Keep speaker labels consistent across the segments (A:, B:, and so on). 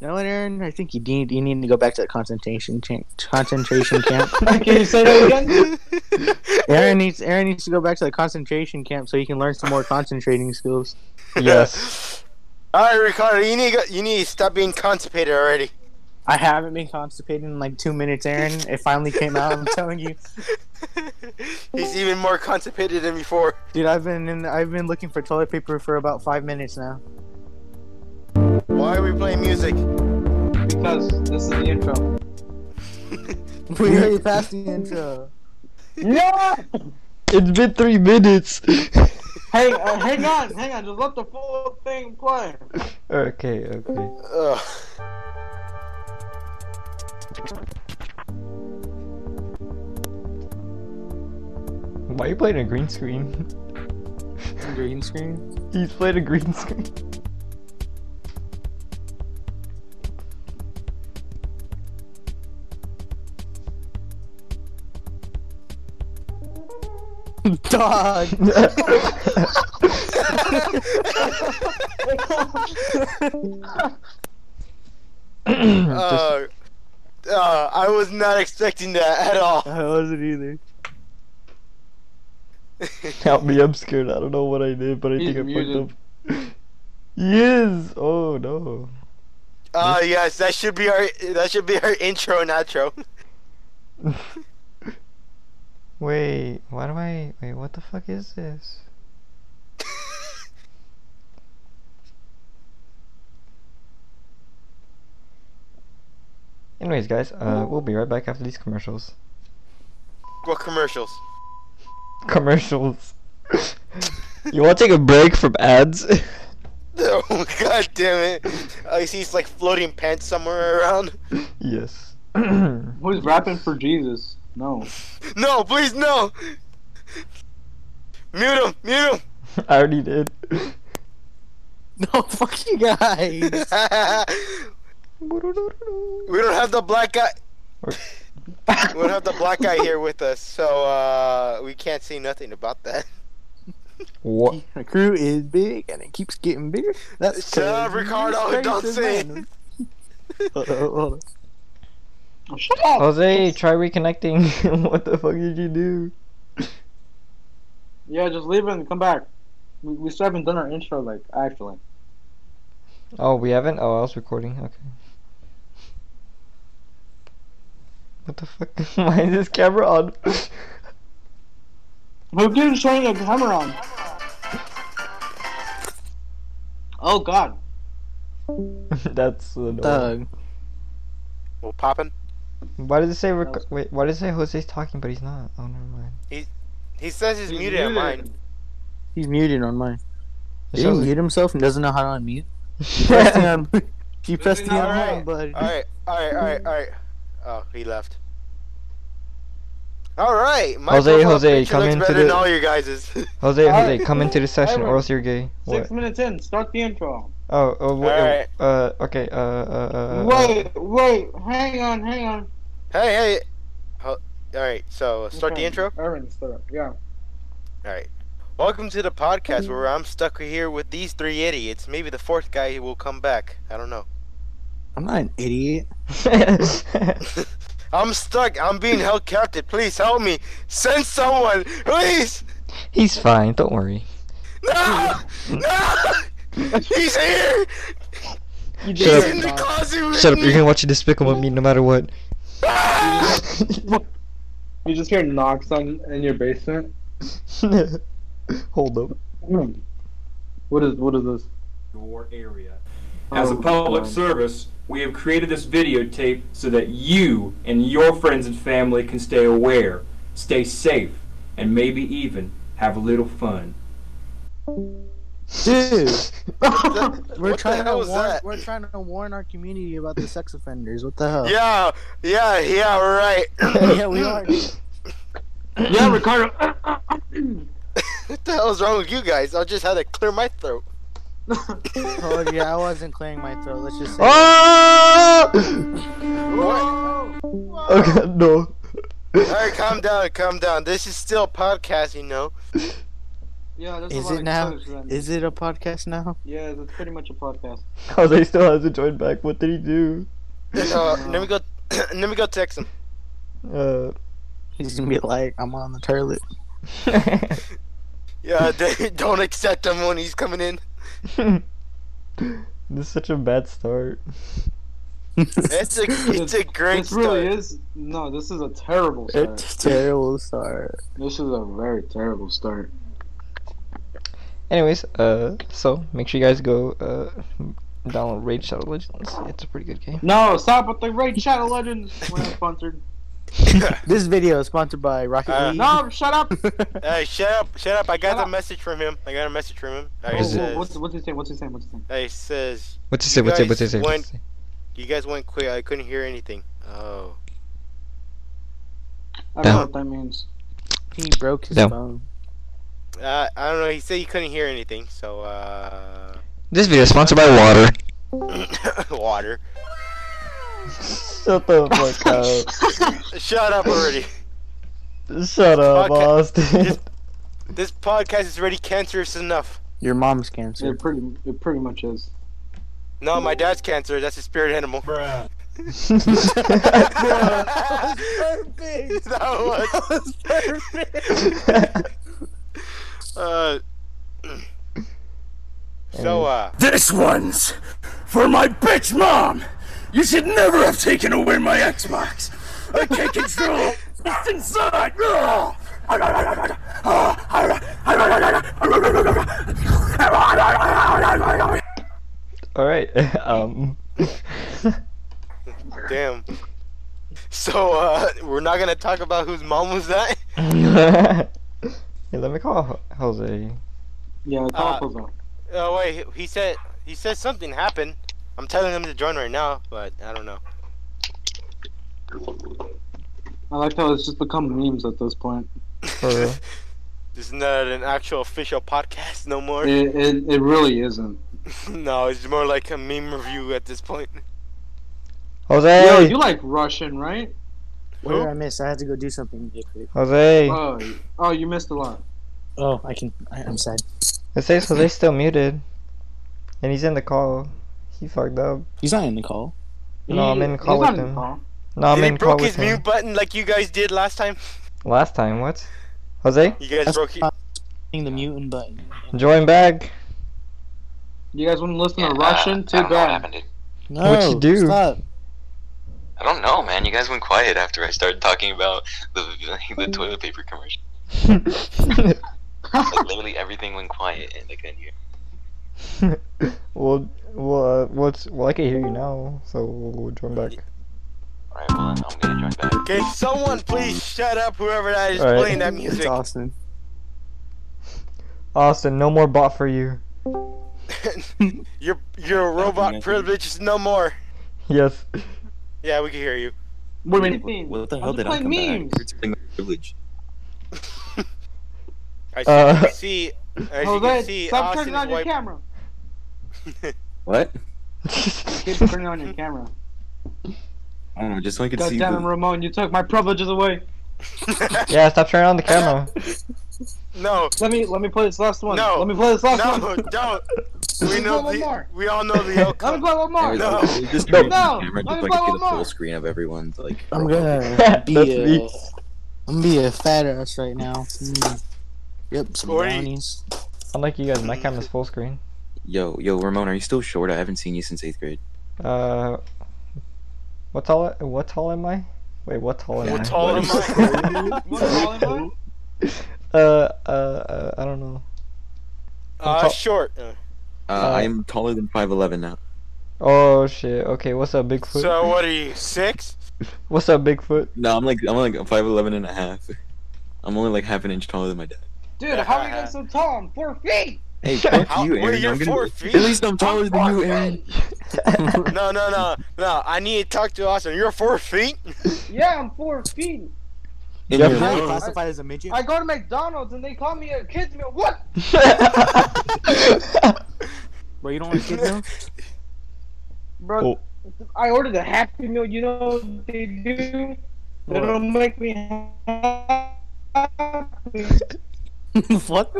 A: No, Aaron, I think you need you need to go back to that concentration camp. Concentration camp.
B: Can you say that again?
A: Aaron needs Aaron needs to go back to the concentration camp so he can learn some more concentrating skills.
B: Yes.
C: All right, Ricardo, you need to go, you need to stop being constipated already.
A: I haven't been constipated in like two minutes, Aaron. It finally came out. I'm telling you,
C: He's even more constipated than before.
A: dude. I've been in. I've been looking for toilet paper for about five minutes now.
C: Why are we playing music?
B: Because this is the intro.
A: We already passed the intro.
B: Yeah.
D: It's been three minutes.
B: Hey, uh, hang on, hang on. Just let the full thing play.
D: okay, okay.
C: Ugh.
D: Why are you playing a green screen?
A: Green screen.
D: He's playing a green screen.
A: Dog.
C: Uh,
D: Just-
C: Uh, uh, I was not expecting that at all.
A: I wasn't either.
D: Help me, I'm scared. I don't know what I did, but I
B: He's
D: think I
B: muted.
D: fucked up. Yes! Oh no.
C: Uh, yes, that should be our that should be our intro and outro.
D: Wait, why do I. Wait, what the fuck is this? Anyways, guys, uh, we'll be right back after these commercials.
C: What commercials?
D: Commercials. you want to take a break from ads?
C: Oh god damn it! I see it's like floating pants somewhere around.
D: yes.
B: Who's rapping for Jesus? No.
C: No, please no. Mute him! Mute him!
D: I already did.
A: No, fuck you guys.
C: we don't have the black guy. We don't have the black guy here with us, so uh, we can't say nothing about that.
D: What?
A: The crew is big and it keeps getting bigger. That's
C: Shut up, Ricardo, don't say it.
A: Hold on, hold on.
B: Shut up.
D: Jose, try reconnecting. what the fuck did you do?
B: Yeah, just leave it and come back. We, we still haven't done our intro, like, actually.
D: Oh, we haven't? Oh, I was recording. Okay. What the fuck? Why is this camera on?
B: Who keeps turning the camera on? Oh, God.
D: That's annoying.
A: Doug.
C: Well, poppin'.
D: Why does it say rec-
B: That was-
D: wait? Why does it say Jose's talking but he's not? Oh, never mind.
C: He says he's, muted on mine.
A: He's muted on mine.
D: It
A: Did he
D: shows-
A: mute himself and doesn't know how to unmute? You pressed the un- you pressed the
B: All
A: unmute
C: right.
A: button.
C: Alright, alright, alright, alright. Oh, he left. Alright, my
D: Jose,
C: profile
D: Jose,
C: picture
D: come
C: looks
D: into
C: better than
D: the-
C: all your guys's.
D: Jose, Jose,
B: Alright.
D: come into the session or
B: Alright.
D: else you're gay. What?
B: Six minutes in, start the intro.
D: Oh, oh, wha-
C: Alright.
D: uh, okay. Uh, uh, uh, uh.
B: Wait, wait, hang on, hang on.
C: Hey, hey. Ho- All right, so start the intro.
B: Erwin, start it, yeah.
C: All right. Welcome to the podcast where I'm stuck here with these three idiots. Maybe the fourth guy will come back. I don't know.
A: I'm not an idiot.
D: uh.
C: I'm stuck. I'm being held captive. Please help me. Send someone. Please.
D: he's fine. Don't worry.
C: No. No. He's here. He's in
D: Shut
C: the
D: up.
C: closet with
D: Shut up. You're
C: me.
D: gonna watch Despicable Me no matter what.
C: Ah!
B: You just hear knocks on in your basement.
D: Hold up.
B: Hmm. What is what is this?
E: your area. As a
B: Oh,
E: public
B: God.
E: service, we have created this videotape so that you and your friends and family can stay aware, stay safe, and maybe even have a little fun.
A: Dude, we're
C: What the
A: trying to
C: hell was
A: warn
C: that?
A: we're trying to warn our community about the sex offenders. What the hell?
C: Yeah. Yeah. Yeah. Right.
A: yeah we are.
B: yeah, Ricardo.
C: what the hell is wrong with you guys? I just had to clear my throat.
A: Oh yeah, I wasn't clearing my throat. Let's just say
D: Oh!
B: What?
D: oh god, no.
C: All right, calm down, calm down. This is still podcast, you know.
B: Yeah, that's a
A: Is
B: lot
A: it
B: of
A: now?
B: clothes then.
A: Is it a podcast now?
B: yeah, that's pretty much a podcast.
D: Jose still hasn't joined back. What did he do?
C: Uh, let me go. let me go text him.
D: Uh.
A: He's gonna be like, I'm on the toilet.
C: Yeah, they don't accept him when he's coming in.
D: this is such a bad start.
C: It's a it's a great
B: This really
C: start.
B: is no. This is a terrible start.
A: it's terrible start.
B: This is a very terrible start.
D: Anyways, uh, so make sure you guys go uh download Raid Shadow Legends. It's a pretty good game.
B: No, stop with the Raid Shadow Legends. We're not sponsored.
A: This video is sponsored by Rocket
C: Uh,
A: League.
B: No, shut up. Oh,
C: Hey, shut up! Shut up! I got
B: Shut
C: a
B: up.
C: message from him. I got a message from him. Uh, he
D: Is it-
B: Whoa, whoa,
C: says,
B: Oh, What's what's his name? What's his name? What's his name?
C: uh, he says,
D: What's he
C: You
D: say? What's it? What's it
C: guys
D: say? What's
C: went-
D: it say?
C: "You guys went quick. I couldn't hear anything." Oh.
B: I don't
D: Down.
B: know what that means.
A: He broke his
D: No.
A: phone.
C: Uh, I don't know. He said he couldn't hear anything, so uh,
D: This video is sponsored by water.
C: water.
D: Shut the fuck up.
C: uh, Shut up already.
D: Shut up,
C: Okay.
D: Austin.
C: Just- this podcast is already cancerous enough.
A: Your mom's cancer.
B: It pretty it pretty much is.
C: No, my dad's cancer. That's his spirit animal.
E: Bruh.
A: perfect.
C: That was- Uh, so uh,
F: This one's for my bitch mom! You should never have taken away my Xbox! I can't control what's inside!
D: All right. Um.
C: damn. So uh, we're not gonna talk about whose mom was that.
D: hey, let me call Ho- Jose.
B: Yeah, it's
C: Uh,
B: awful though.
C: Oh wait, he said he said something happened. I'm telling him to join right now, but I don't know.
B: I like how it's just become memes at this point.
D: For real.
C: This is not an actual official podcast no more.
B: It it, it really isn't.
C: no, it's more like a meme review at this point.
D: Jose.
B: Yo, you like Russian, right?
A: What did I miss? I had to go do something. real quick.
D: Jose.
B: Oh, y- oh, you missed a lot.
A: Oh, I can. I, I'm sad.
D: It says Jose's still muted, and he's in the call. He fucked up.
A: He's not in the call.
D: No, I'm in the call
B: He's not
D: with
B: in the
D: him.
B: call.
D: No, I'm
C: Did
D: in
C: he
D: the call
C: broke
D: with
C: his
D: him.
C: mute button like you guys did last time.
D: Last time, what? Jose,
C: You guys
A: That's
C: broke.
A: not hitting the mute button.
D: join back.
B: You guys want to listen to Russian? Too
G: I don't know what
B: bad.
G: happened. It-
A: No,
D: What'd you do?
A: Stop.
G: I don't know, man. You guys went quiet after I started talking about the the toilet paper commercial. Like literally everything went quiet, and I couldn't hear.
D: well, well, uh, what's well, I can hear you now, so we'll, we'll join back.
G: All right, well, I'm gonna join back.
C: Can someone please shut up? Whoever that is
D: Alright.
C: playing that
A: It's
C: music.
A: Austin.
D: Austin, no more bot for you.
C: your your robot privilege is no more.
D: Yes.
C: Yeah, we can hear you.
B: What do you mean?
H: What the
B: I'm
H: hell
B: just
H: did I
B: playing
H: come
B: memes.
H: back? You're telling my privilege.
C: I see.
D: Uh.
C: I see as you can
B: Jose,
C: see,
B: Oh, stop turning
C: Austin's
B: on your
C: wipe.
B: camera.
H: What?
B: Keep turning on your camera.
H: I don't know, just so I could see
B: Goddamn,
H: the...
B: Ramon, you took my privileges away.
D: yeah, stop turning on the camera.
C: no,
B: Let me let me play this last one.
C: No.
B: Let me play this last
C: no,
B: one.
C: don't.
B: Let
C: We
B: me
C: know
B: play one
C: the,
B: more.
C: we all know the
B: Let me
C: outcome.
B: play one more.
C: No.
H: Just
D: No.
H: turn on the
B: No. Let
H: camera just
B: me
H: so I
B: play
H: could get
B: one
H: a
B: more.
H: full screen of everyone's like.
A: I'm
H: profile
A: gonna be
D: That's
A: a,
D: me.
A: I'm gonna be a fat ass right now. Mm. Yep, some
C: Corey.
A: brownies.
D: Unlike you guys, my camera's full screen.
H: pic. Yo, yo, Ramon, are you still short? I haven't seen you since eighth grade.
D: Uh, what tall? What tall am I? Wait, what tall am
C: We're
D: I?
C: tall
H: What
C: am
H: is-
C: I?
B: You wanna call him,
D: Uh, uh, uh, I don't know. I'm
C: Uh,
D: tall-
C: short. Uh,
H: Uh,
D: Uh,
H: I am taller than 5'11 now.
D: Oh shit. Okay, what's up, Bigfoot?
C: So what are you six?
D: what's up, Bigfoot?
H: No, I'm like I'm like 5'11 and a half. I'm only like half an inch taller than my dad.
B: Dude, how are you guys so tall? I'm four feet.
H: Hey,
D: Shut
H: fuck
C: up.
H: you,
C: Wait,
H: Aaron.
C: you're
H: I'm gonna,
C: four
H: At
C: feet?
H: least I'm taller than you, Aaron.
C: No, no, no, no. I need to talk to Austin. You're four feet.
B: Yeah, I'm four feet.
H: And
D: Yeah,
H: you're
D: but-
A: Am I
H: wrong.
A: classified as a midget?
B: I go to McDonald's and they call me a kid's meal. What?
A: Bro, you don't like kids now?
H: Oh.
B: Bro, I ordered a Happy Meal. You know what they do? They
D: What?
B: don't make me happy.
A: what?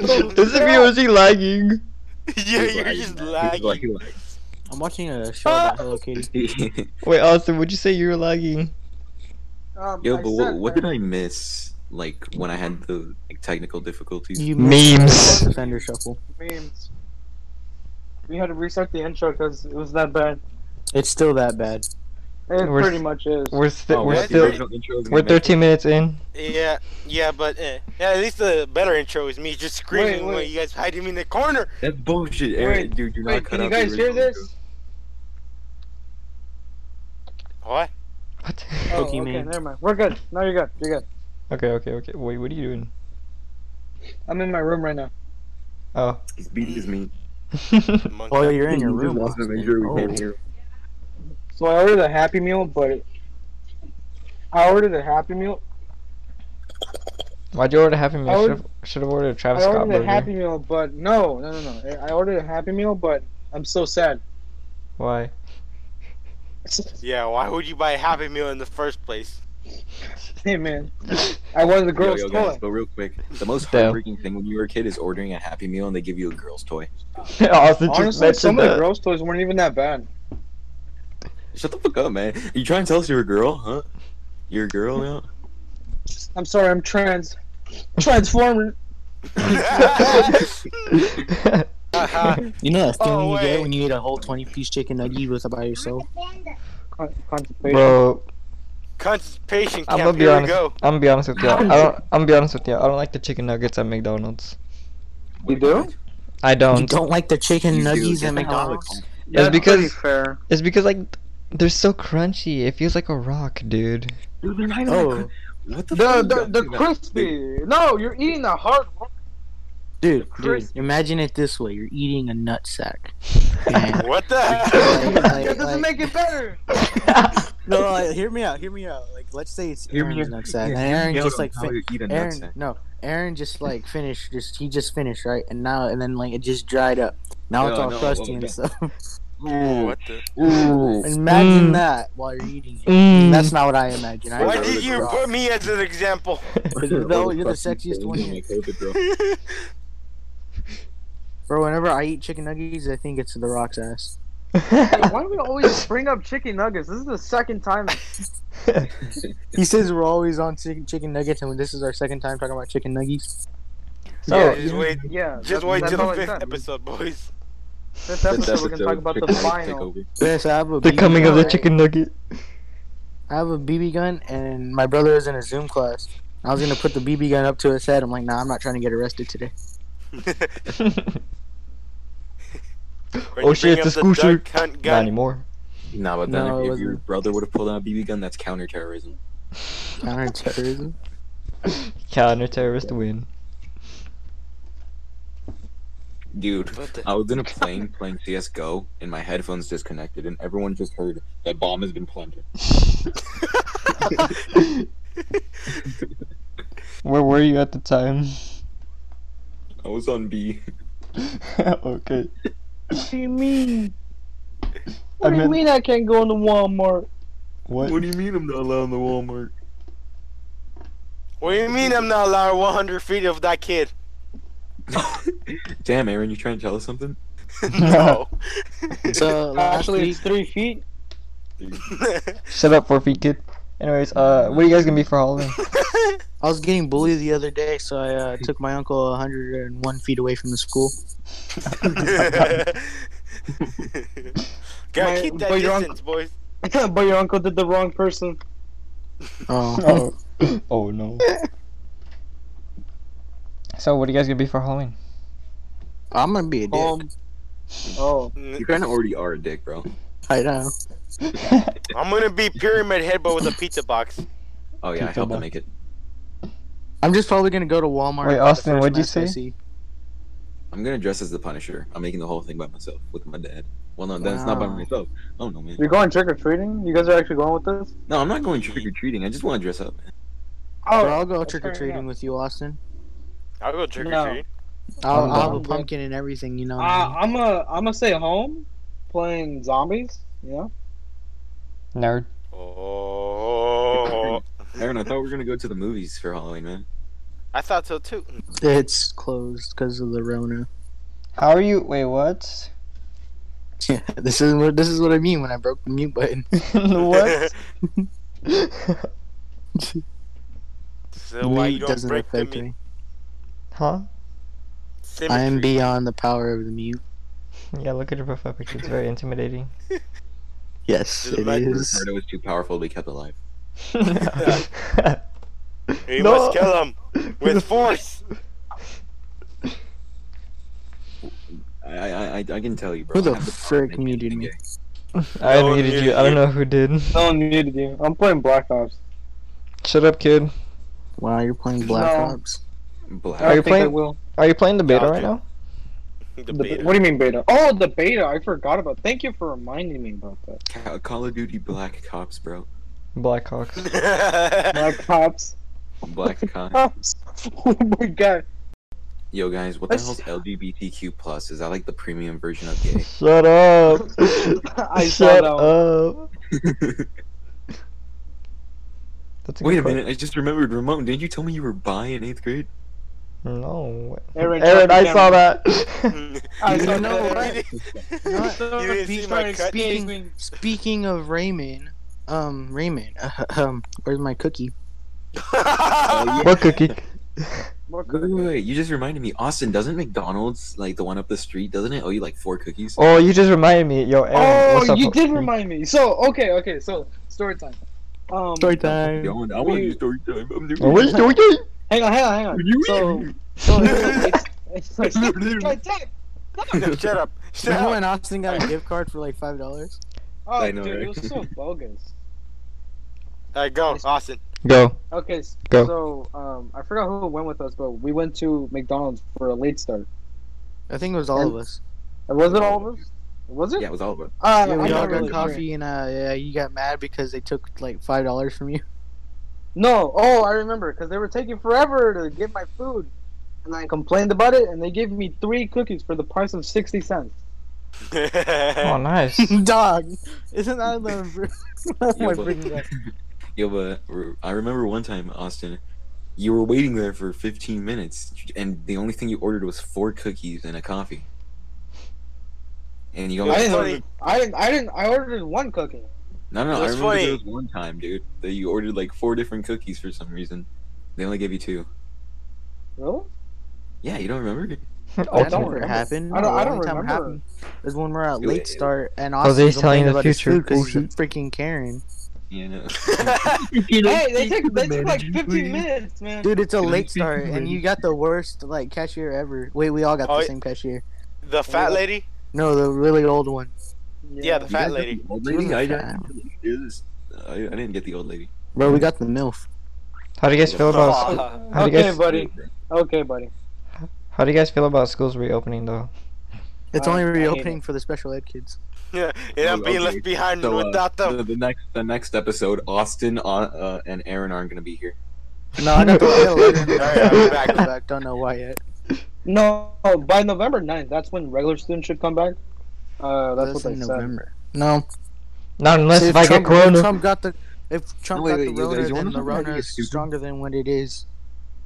D: This video is he lagging?
C: yeah, you're just
H: He's like,
C: lagging.
A: I'm watching a show about Hello Kitty.
H: he's like-
D: Wait, Austin, would you say you were lagging?
B: Um,
H: Yo,
B: I
H: but
B: said
H: what, what
B: that.
H: did I miss? Like when I had the like, technical difficulties.
A: You
D: Memes.
A: Defender Shuffle.
B: memes. We had to restart the intro because it was that bad.
A: It's still that bad.
B: It
D: We're-
B: pretty much is.
D: We're st-
H: Oh,
D: we're
C: what?
H: wait, the
D: still
H: original intro is
D: we're
H: gonna make-
D: 13 minutes in.
C: Yeah, yeah, but eh. yeah, at least the better intro is me just screaming
B: Wait, wait.
C: while you guys hide him in the corner.
H: That's bullshit, Aaron.
B: Wait,
H: dude, you're not
B: Wait, can
H: cut
B: you
H: out the
B: guys hear
H: original
B: this?
H: intro.
C: What?
D: What?
B: Oh, okay,
A: Pokemon.
B: never mind. We're good. No, you're good. You're good.
D: okay, okay, okay. Wait, what are you doing?
B: I'm in my room right now.
D: Oh.
H: He's beat as me. Oh,
C: Monk.
A: Well, Oh, you're in your
H: He just
A: room.
H: wants to make
A: Austin.
H: sure we
A: Oh.
H: can't hear him.
B: So I ordered a Happy Meal, but it... I ordered a Happy Meal.
D: Why'd you order a Happy
B: I
D: Meal?
B: would-
D: Should have should have ordered a Travis
B: I
D: Scott
B: ordered a
D: burger.
B: Happy Meal, but no, no, no, no. I I ordered a Happy Meal, but I'm so sad.
D: Why?
C: Yeah, why would you buy a Happy Meal in the first place?
B: hey man, I wanted a
H: Yo,
B: girl's
H: yo, guys,
B: toy.
H: but real quick, the most
D: Damn.
H: heartbreaking thing when you were a kid is ordering a Happy Meal and they give you a girl's toy.
D: Austin just
B: Honestly,
D: mentioned
B: some of the
D: that.
B: girls' toys weren't even that bad.
H: Shut the fuck up, man. You trying to tell us you're a girl, huh? You're a girl now?
B: I'm sorry, I'm trans. Transformer.
A: You know that thing
C: Oh,
A: you get
C: wait.
A: when you eat a whole 20 piece chicken nugget with by yourself?
B: Con- contemplation.
D: Bro,
C: Constipation
D: I'm
C: camp.
D: gonna be
C: Here we
D: honest.
C: go.
D: I'm gonna be honest with you. I don't. I'm gonna be honest with you. I don't like the chicken nuggets at McDonald's.
B: You do?
D: I
H: Um,
D: don't.
A: You don't like the chicken
H: You do.
A: nuggets
H: Get
A: at
H: the hell out of
A: McDonald's?
H: the
D: That's because- pretty
B: fair.
D: It's because like they're so crunchy. It feels like a rock, dude.
H: com- Dude, they're not even
A: Oh.
H: cr- What the
B: The
H: fuck?
B: the, the crispy. No, you're eating a hard. rock.
A: Dude, dude,
B: Chris-
A: imagine it this way: you're eating a nut sack.
C: What the hell?
B: That doesn't make it better.
A: no, like, hear me out. Hear me out. Like, let's say it's
H: Hear me
A: Aaron's
H: out.
A: nut sack.
H: Yeah,
A: and
H: hear
A: Aaron
H: me out
A: just
H: on
A: like
H: how
A: fin-
H: you eat a nut
A: Aaron.
H: sack.
A: No, Aaron just like finished. Just he just finished right, and now and then like it just dried up. Now it's
H: No,
A: all
H: no,
A: crusty
H: oh,
A: and
H: that-
A: stuff.
C: what the?
A: imagine
D: Mm.
A: that while you're eating it.
D: Mm.
A: That's not what I imagine. I
C: Why
H: Why
C: did
H: would
C: you
H: it
C: put me as an example?
A: No, you're the sexiest one here. Bro, whenever I eat chicken nuggets, I think it's the rock's ass.
B: Why do we always bring up chicken nuggets? This is the second time.
A: He says we're always on chicken, chicken nuggets, and this is our second time talking about chicken nuggets.
C: Yeah,
D: Oh,
C: just wait.
B: Yeah.
C: Just
B: that's-
C: wait
B: that's
C: till the
B: all I
C: fifth
B: said.
C: episode, boys.
B: Fifth episode, we're gonna talk about the final.
A: Yes, I have a
D: the
A: BB
D: coming of the
A: gun.
D: chicken nugget.
A: I have a BB gun, and my brother is in a Zoom class. I was gonna put the BB gun up to his head. I'm like, nah, I'm not trying to get arrested today.
C: When
D: Oh
C: you
D: shit,
C: bring
D: it's a
C: up the
D: school shoot.
C: duck hunt
D: Not
C: gun.
D: anymore.
H: Nah, but then
A: No, it
H: if your
A: wasn't.
H: brother would have pulled out a BB gun, that's counterterrorism.
A: Counterterrorism.
D: Counter terrorist win.
H: Dude,
C: What the-
H: I was in a plane playing CSGO, and my headphones disconnected, and everyone just heard that bomb has been planted.
D: Where were you at the time?
H: I was on B.
D: okay.
B: What do you mean?
D: I meant-
B: I can't go into Walmart?
D: What?
H: do you mean I'm not allowed in the Walmart?
C: What do you mean I'm not allowed 100 feet of that kid?
H: Damn, Aaron, you trying to tell us something?
C: no.
A: So last
B: Actually,
A: week,
B: it's three feet.
D: Shut up, four feet kid. Anyways, uh, what are you guys gonna be for Halloween?
A: I was getting bullied the other day, so I uh, took my uncle 101 feet away from the school.
C: Gotta
B: My-
C: keep that
B: but your uncle-
C: distance, boys.
B: but your uncle did the wrong person.
A: Oh,
D: oh. oh no. So, what are you guys gonna be for Halloween?
A: I'm gonna be a dick.
B: Um. Oh.
H: You kind of already are a dick, bro.
A: I know.
C: I'm gonna be pyramid head, but with a pizza box.
H: Oh yeah, I
D: Pizza
H: helped
D: box.
H: him make it.
A: I'm just probably gonna go to Walmart.
D: Wait,
A: the
D: Austin,
A: first
D: what'd you
A: mask I
D: say?
A: see.
H: I'm gonna dress as the Punisher. I'm making the whole thing by myself with my dad. Well, no, that's not by
A: Wow.
H: myself. Oh no, man.
B: You're going trick or treating? You guys are actually going with this?
H: No, I'm not going trick or treating. I just want to dress up, man.
B: Oh,
A: Bro, I'll go
B: that's fair
A: trick or treating
B: enough.
A: with you, Austin.
C: I'll go trick or
B: No.
C: treat.
A: I'll,
D: I'm
A: I'll have a
B: down.
A: pumpkin and everything, you know. what I
B: Uh,
A: mean?
B: I'm a I'm gonna stay home, playing zombies. You know.
D: Nerd.
C: Oh.
H: Aaron, I thought we were gonna go to the movies for Halloween, man.
C: I thought so too.
A: It's closed because of the Rona.
D: How are you? Wait, what?
A: Yeah, this is what this is what I mean when I broke the mute button.
D: what?
C: so why you
A: Mute
C: don't break the
A: me.
D: huh?
C: symmetry?
A: I am beyond the power of the mute.
D: Yeah, look at your profile picture. It's very intimidating.
A: Yes,
C: Does it
A: it
C: matter?
A: is.
H: Ricardo was too powerful to be kept alive.
C: We
D: No.
C: must kill him with force.
H: I, I, I, I can tell you, bro.
A: Who the
H: I have power
A: frick
H: to make
A: muted
H: anything
A: me?
H: gay.
D: I
C: No,
D: muted
C: you-
D: you. I don't
C: you-
D: know who did.
B: No one needed you. I'm playing Black Ops.
D: Shut up, kid.
A: Wow, you're playing Black
B: No.
A: Ops.
H: Black.
B: I
D: Are you
B: don't think I
D: playing-
B: will.
D: Are you playing the beta
C: I'll
D: right
C: do-
D: now?
C: The
B: The be-
C: beta.
B: what do you mean beta? Oh, the beta. I forgot about. Thank you for reminding me about that.
H: Ca- Call of Duty Black Cops, bro.
D: Blackhawks.
B: Black Ops.
H: Black Cops.
B: Ops. oh my god.
H: Yo, guys, what the
B: Let's-
H: hell's LGBTQ plus? Is that like the premium version of gay?
D: Shut up.
B: I saw
D: Shut
B: that one.
D: up. That's a
H: Wait a
D: good que-
H: minute, I just remembered, Ramon. Didn't you tell me you were bi in eighth grade?
D: No.
B: Aaron,
D: Aaron,
B: shut
D: I
B: the
D: saw
B: camera.
D: that.
B: I saw
A: You know
B: that.
A: what?
C: You didn't see my cut?
A: speaking, speaking of Raymond, um, Raymond, um, where's my cookie?
D: what cookie?
B: What
H: Wait,
B: could-
H: wait, wait, you just reminded me. Austin, doesn't McDonald's, like the one up the street, doesn't it owe you like four cookies?
D: Oh, you just reminded me. Yo, Aaron. what's
B: Oh,
D: up,
B: you
D: bro?
B: did remind me. So okay, okay. So story time. Um,
A: time.
H: Yo, I want
B: we-
H: to story time. I'm doing
D: Oh, wait, wait, wait.
B: hang on, hang on, hang on.
H: You-
B: So, so it's, it's, it's, it's my time.
C: Shut up. Shut
A: Remember
C: up.
A: when Austin got a gift card for like five dollars?
B: Oh,
H: I know,
B: dude,
H: right?
B: it was so bogus.
C: Alright, go, Austin.
D: Go.
B: Okay, s-
D: Go.
B: so um, I forgot who went with us, but we went to McDonald's for a late start.
A: I think it was all of us.
B: And was it all of us? Was it?
H: Yeah, it was all of us.
B: Uh,
A: Yeah,
B: I'm
A: we
B: not
A: all got
B: really sure.
A: coffee, and uh, yeah, you got mad because they took like five dollars from you.
B: No, oh, I remember because they were taking forever to get my food, and I complained about it, and they gave me three cookies for the price of sixty cents.
D: Oh, nice.
A: Dog, isn't that the? oh
H: Yeah,
A: my
H: but-
A: freaking god!
H: Yo, but r- I remember one time, Austin, you were waiting there for 15 minutes, and the only thing you ordered was four cookies and a coffee. And you
C: It was
B: I
H: only
B: didn't
C: funny.
B: order. I didn't. I didn't. I ordered one cookie.
H: no no no.
C: It
H: I
C: was
H: remember
C: funny.
H: there was one time, dude, that you ordered like four different cookies for some reason. They only gave you two.
B: Really?
H: Yeah, you don't remember?
A: That
B: don't
A: never
B: remember.
A: happened.
B: I don't-
A: The
B: I don't
A: only time it
B: remember.
A: happened was when we're at
H: It
A: late
H: was-
A: start and
D: Jose's
A: Austin's complaining
D: telling the
A: about his
D: future,
A: food because he's a
D: bullshit.
A: freaking Karen.
H: You know.
B: Hey, they took they took like fifteen minutes, man.
A: Dude, it's a
H: Can I
A: late
H: speak
A: start,
H: to
A: and
H: him?
A: you got the worst like cashier ever. Wait, we all got
C: Oh,
A: the
C: yeah.
A: same cashier.
C: the fat lady?
A: No, the really old one.
C: Yeah, the
H: You
C: fat
H: guys got
C: lady.
H: the old
A: She was
H: lady?
A: a
H: I,
A: fat-
H: is- I, I didn't get the old lady.
A: Bro, we got the milf.
D: How do you guys feel about?
C: Aw.
D: How do you
B: Okay,
D: guys?
B: but- Buddy. Okay, buddy.
D: How do you guys feel about schools reopening though?
A: It's
B: I-
A: only
B: I hate
A: reopening for the special ed kids.
C: Yeah, and I'm being
H: Okay,
C: left behind
H: So, uh,
C: without them.
H: the, the next the next episode, Austin uh, and Aaron aren't gonna be here.
A: No, I got the mail order.
C: Alright, I'll be back.
A: Go back. Don't know why yet.
B: No, by November 9th, that's when regular students should come back. Uh, that's
A: That's
B: what
A: in
B: they
A: November. No,
D: Not unless
A: See,
D: if I get
A: Trump,
D: corona.
A: If Trump got the. If Trump
H: No, wait,
A: got
H: wait,
A: the
H: you guys,
A: Rona,
H: you wanna
A: then the
H: talk about
A: Rona
H: how
A: is
H: stupid-
A: stronger than what it is.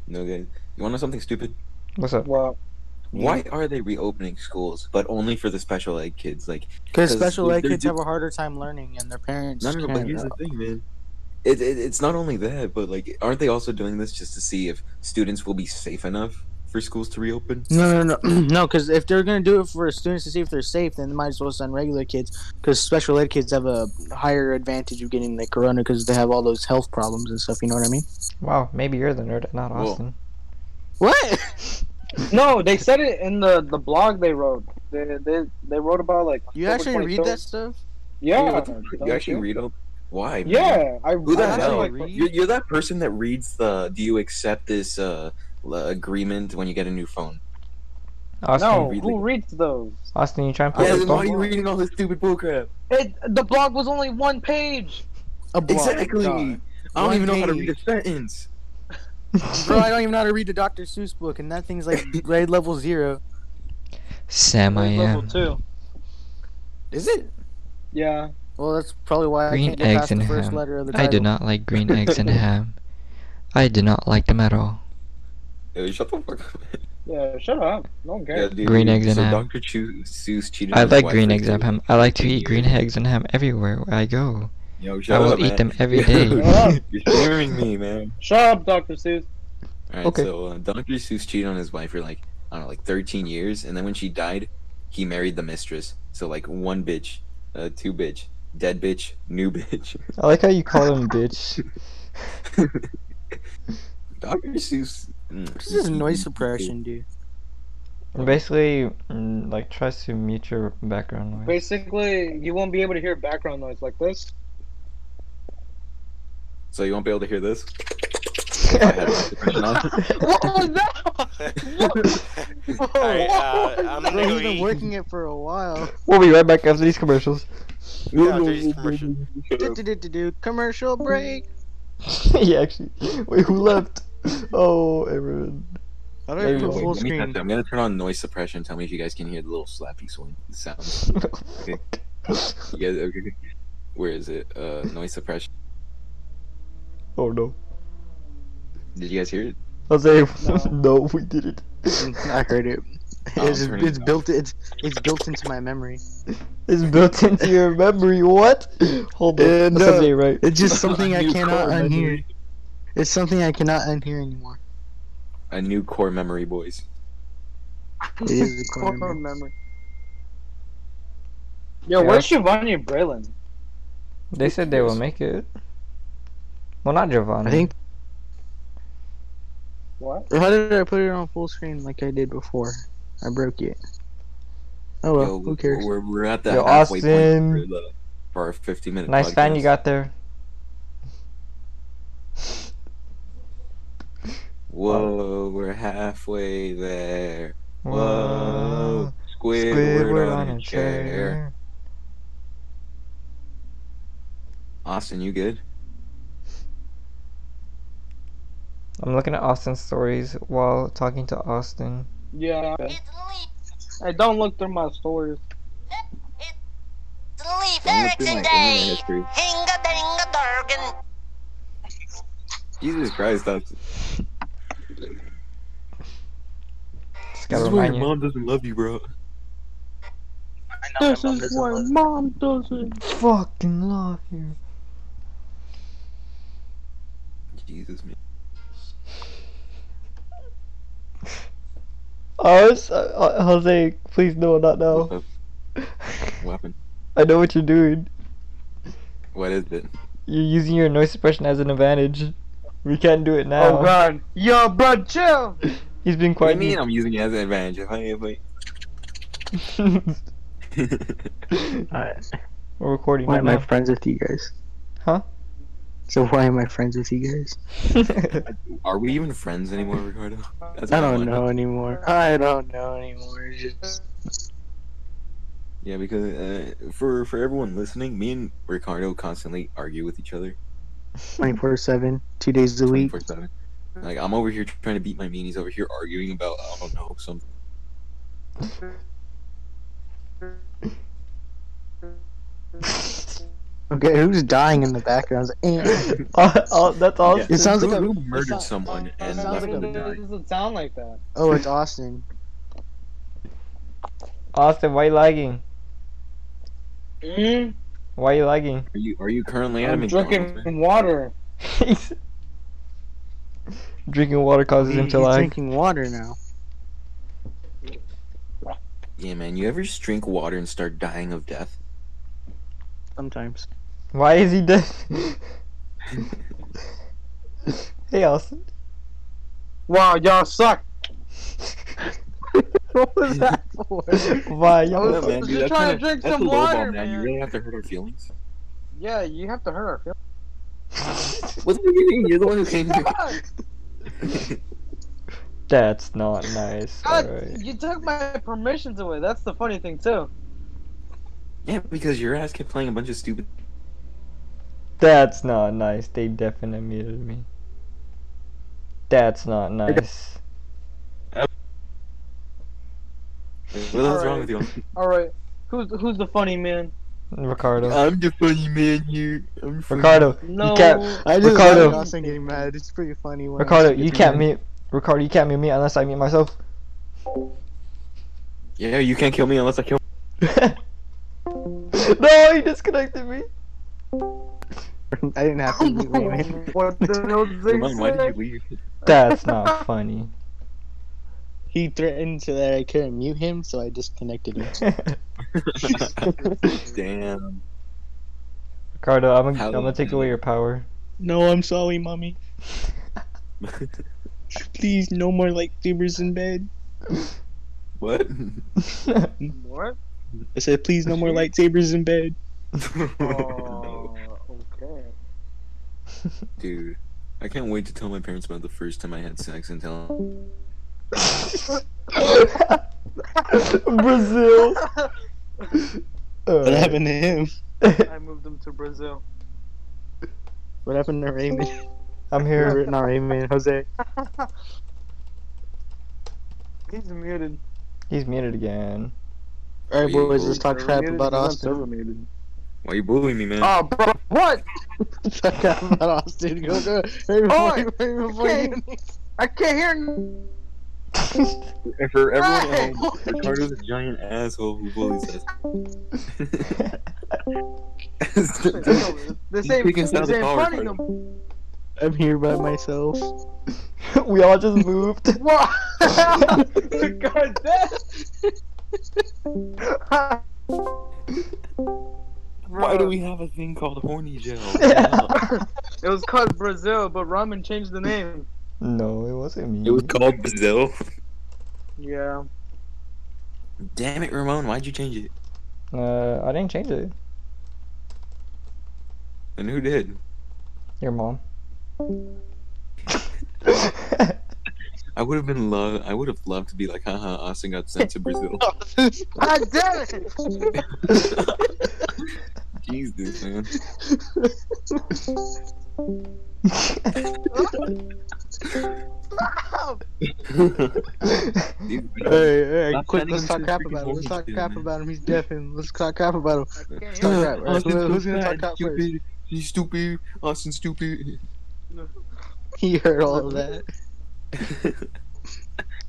H: No good. You want to know something stupid?
D: What's
B: said.
D: up?
B: Well,
H: Why are they reopening schools, but only for the special ed kids? Like,
A: Because
H: 'Cause
A: special
H: they-
A: ed
H: they
A: kids
H: do-
A: have a harder time learning, and their parents.
H: no, no, no, but
A: can't.
H: here's the thing, man. It, it, it's not only that, but like, aren't they also doing this just to see if students will be safe enough for schools to reopen?
A: No, no, no, no. Because if they're gonna do it for students to see if they're safe, then they might as well send regular kids. Because special ed kids have a higher advantage of getting the corona because they have all those health problems and stuff. You know what I mean?
D: Wow, maybe you're the nerd, not
H: Well,
D: Austin.
A: What?
B: no, they said it in the, the blog they wrote. They, they, they wrote about like.
A: You
B: October
A: actually read
B: 23rd.
A: that stuff?
B: Yeah.
H: Wait, what the-
B: don't
H: you actually
B: you?
H: read up? Why? man?
B: Yeah, I
H: Who the
B: I
H: hell?
B: actually, like,
H: You're, you're that person that reads the "Do you accept this uh, l- agreement when you get a new phone?"
D: Austin,
B: No,
H: read
B: who
H: like-
B: reads those?
D: Austin, you trying to play
H: Yeah, then why
D: football?
H: are you reading all this stupid bullcrap?
B: It, the blog was only one page.
A: A blog.
H: Exactly.
B: God.
H: I don't
A: One
H: even know how to
A: page.
H: read a sentence.
A: Bro, I don't even know how to read the Dr. Seuss book, and that thing's like grade level zero.
D: Sam, I uh,
B: Level
D: am.
B: two.
A: Is it?
B: Yeah.
A: Well, that's probably why I
I: Green
A: can't get
I: eggs
A: past the
I: and
A: first
I: ham.
A: letter of the
I: I
A: title.
I: do not like green eggs and ham. I do not like them at all.
H: Yo, shut the fuck up.
B: Yeah, shut up. No one
H: Yeah,
B: cares.
H: dude,
D: Green eggs and
H: so
D: ham.
H: Dr. Chu- Seuss cheated
D: I
H: on his
D: like
H: wife
D: green
H: for
D: eggs and
H: two-
D: ham. I like to
H: two
D: eat green
H: years.
D: eggs and ham everywhere I go.
H: Yo,
D: I
H: shut
D: will
H: up,
D: eat
H: man.
D: them every
H: Yo,
D: day.
H: You're scaring me, man.
B: Shut up, Dr. Seuss.
H: Alright,
D: Okay.
H: so uh, Dr. Seuss cheated on his wife for like, I don't know, like 13 years. And then when she died, he married the mistress. So, like, one bitch, uh, two bitch, dead bitch, new bitch.
D: I like how you call them bitch.
H: Dr. Seuss. mm,
A: This is
H: he-
A: noise
H: he-
A: suppression, dude.
D: Basically, mm, like tries to mute your background noise.
B: Basically, you won't be able to hear background noise like this.
H: So, you won't be able to hear this? If I had noise suppression on.
B: what was that?
C: Alright, uh, I'm
A: Bro,
C: gonna go
A: he's been
C: eat.
A: working it for a while.
D: We'll be right back after these commercials.
C: Yeah, after these commercials.
A: Do-do-do-do-do, Commercial break.
D: yeah, actually. Wait, who left? Oh, everyone.
A: I
D: There
A: don't
D: you
A: even
D: go.
A: put full
H: Wait, let me test
A: screen.
H: it. I'm gonna turn on noise suppression. Tell me if you guys can hear the little slappy swing sound. Yeah, okay. Where is it? Uh, noise suppression.
D: oh no.
H: Did you guys hear it?
D: I was like, no, we didn't.
A: I heard it.
H: Oh,
A: It's,
H: turn it
A: it's
H: down.
A: built it's it's built into my memory.
D: It's built into your memory. What? Hold on.
A: Uh,
D: That's
A: no.
D: something, right?
A: It's just something I
H: New
A: cannot
H: core
A: unhear.
H: memory.
A: It's something I cannot unhear anymore.
H: A new core memory, boys.
A: It is the core
B: Core
A: memory.
B: memory. Yo,
D: Yeah.
B: where's Giovanni Braylon?
D: They said they will make it. Well, not Giovanni.
A: I think.
B: What?
A: How did I put it on full screen like I did before? I broke it. Oh well,
H: Yo,
A: who cares?
H: We're, we're at that
D: Yo,
H: halfway
D: Austin.
H: point for, the, for our 50 minute.
D: Nice fan you
H: podcast.
D: got there.
H: Whoa, we're halfway there.
D: Whoa.
H: Whoa, Squidward, on, a chair. Austin, you good?
D: I'm looking at Austin's stories while talking to Austin.
B: Yeah. I don't look through my stories.
H: I'm looking through my internet history. Jesus Christ, Austin.
D: Just gotta remind you.
H: doesn't love you, bro.
B: This is why mom doesn't.
D: Fucking love you.
H: Jesus, man.
D: Oh, it's, uh, uh, Jose, please no, not now.
H: What the- What happened?
D: I know what you're doing.
H: What is it?
D: You're using your noise suppression as an advantage. We can't do it now.
B: Oh god. Yo, bro, chill.
D: He's been
H: What do
D: quite
H: you mean I'm using it as an advantage? If I, if I...
D: We're recording
A: Why
D: right
A: am I
D: now.
A: friends with you guys?
D: Huh?
A: So why am I friends with you guys?
H: Are we even friends anymore, Ricardo? That's
A: I
H: what
A: don't
H: wonder.
A: know anymore. I don't know anymore. It's just
H: Yeah, because uh, for for everyone listening, me and Ricardo constantly argue with each other.
A: 24/7, two days a week.
H: 24/7. Like I'm over here trying to beat my mean, he's over here arguing about I don't know something.
A: Okay, who's dying in the background? Eh.
D: Oh, oh, that's Austin.
A: It sounds
H: Who-
A: like a-
H: who murdered
A: sounds-
H: someone and
B: Sounds
H: left
B: like
H: them
B: it
H: dying.
B: doesn't sound like that.
A: oh, it's Austin.
D: Austin, why you lagging?
B: Mm,
D: Why you lagging?
H: Are you are you currently at a
B: I'm
H: McDonald's? man?
B: drinking water.
D: He's- Drinking water causes him
A: He-
D: to
A: he's
D: lag.
A: drinking water now.
H: Yeah, man. You ever just drink water and start dying of death?
A: Sometimes.
D: Why is he dead? hey, Austin.
B: Wow, y'all suck. what was that for?
D: Why? You
B: I
H: No,
B: was-
H: man, dude,
B: just
H: that's
B: trying to
H: kinda-
B: drink
H: that's
B: some
H: a lowball,
B: water,
H: You
B: man.
H: really have to hurt our feelings.
B: Yeah, you have to hurt our feelings.
H: What do you mean? You're the one who came here.
B: God,
D: That's not nice.
B: God,
D: Alright.
B: you took my permissions away. That's the funny thing too.
H: Yeah, because your ass kept playing a bunch of stupid.
D: That's not nice. They definitely muted me. That's not nice.
H: What the hell's wrong with you?
B: All right, who's who's the funny man?
D: Ricardo.
H: I'm the funny man here. I'm
D: Ricardo,
B: No.
D: you can't.
A: I
D: Ricardo.
A: like Austin getting mad. It's pretty funny. When
D: Ricardo, you can't mute. Ricardo, you can't mute me unless I mute myself.
H: Yeah, you can't kill me unless I kill.
D: no, he disconnected me.
A: I didn't have to. mute you, man.
B: What the hell did they
H: Ramon, why
B: say?
H: did you leave?
D: That's not funny.
A: He threatened so that I couldn't mute him, so I disconnected him.
H: Damn.
D: Ricardo, I'm gonna,
H: How-
D: I'm gonna take away your power.
A: no, I'm sorry, mommy. Please, no more lightsabers in bed.
H: what?
B: What?
A: I said, please, no more lightsabers in bed.
B: Oh, okay.
H: Dude, I can't wait to tell my parents about the first time I had sex and tell them.
D: Brazil.
A: What
D: Uh,
A: happened to him?
B: I moved them to Brazil.
A: What happened to Raymond?
D: I'm
A: Or
D: here.
A: Not Raymond, Jose.
B: He's muted.
D: He's muted again.
A: Alright, boys, let's talk
B: Server
A: crap
B: muted?
A: about
B: He's on
A: Austin.
B: server muted.
H: Why you bullying me, man?
B: Oh, bro, what?
A: Talk crap about Austin. Go, go. Right before,
B: Oi!
A: you- right before you.
B: I can't hear. n-
H: And For everyone
B: Hey!
H: at home, Ricardo's a giant asshole who bullies us.
B: This
H: You
B: ain't,
H: freaking
B: this ain't
H: sound the power
B: funny.
H: card.
B: no-
A: I'm here by myself.
D: we all just moved.
B: What? God damn.
H: Why do we have a thing called horny gel?
B: It was called Brazil, but Ramen changed the name.
D: no, it wasn't me.
H: It was called Brazil.
B: Yeah.
H: Damn it, Ramon, why'd you change it?
D: uh, I didn't change it.
H: And who did?
D: Your mom.
H: I would have been love. I would have loved to be like, haha, Austin got sent to Brazil.
B: God damn it!
H: Jesus, man.
B: Stop!
H: Dude,
A: Alright, alright,
H: Stop
A: quick,
H: sending
A: let's
H: him
A: talk
H: to
A: crap
H: freaking
A: about him. Let's
H: horny
A: talk
H: shit,
A: crap
H: man.
A: about him. He's deaf and let's talk crap about him.
B: I can't hear
A: Alright, alright,
H: Austin's
A: who-
H: so
A: Who's gonna talk
H: sad,
A: crap first?
H: stupid. He's stupid. Austin's stupid.
A: He heard all of that.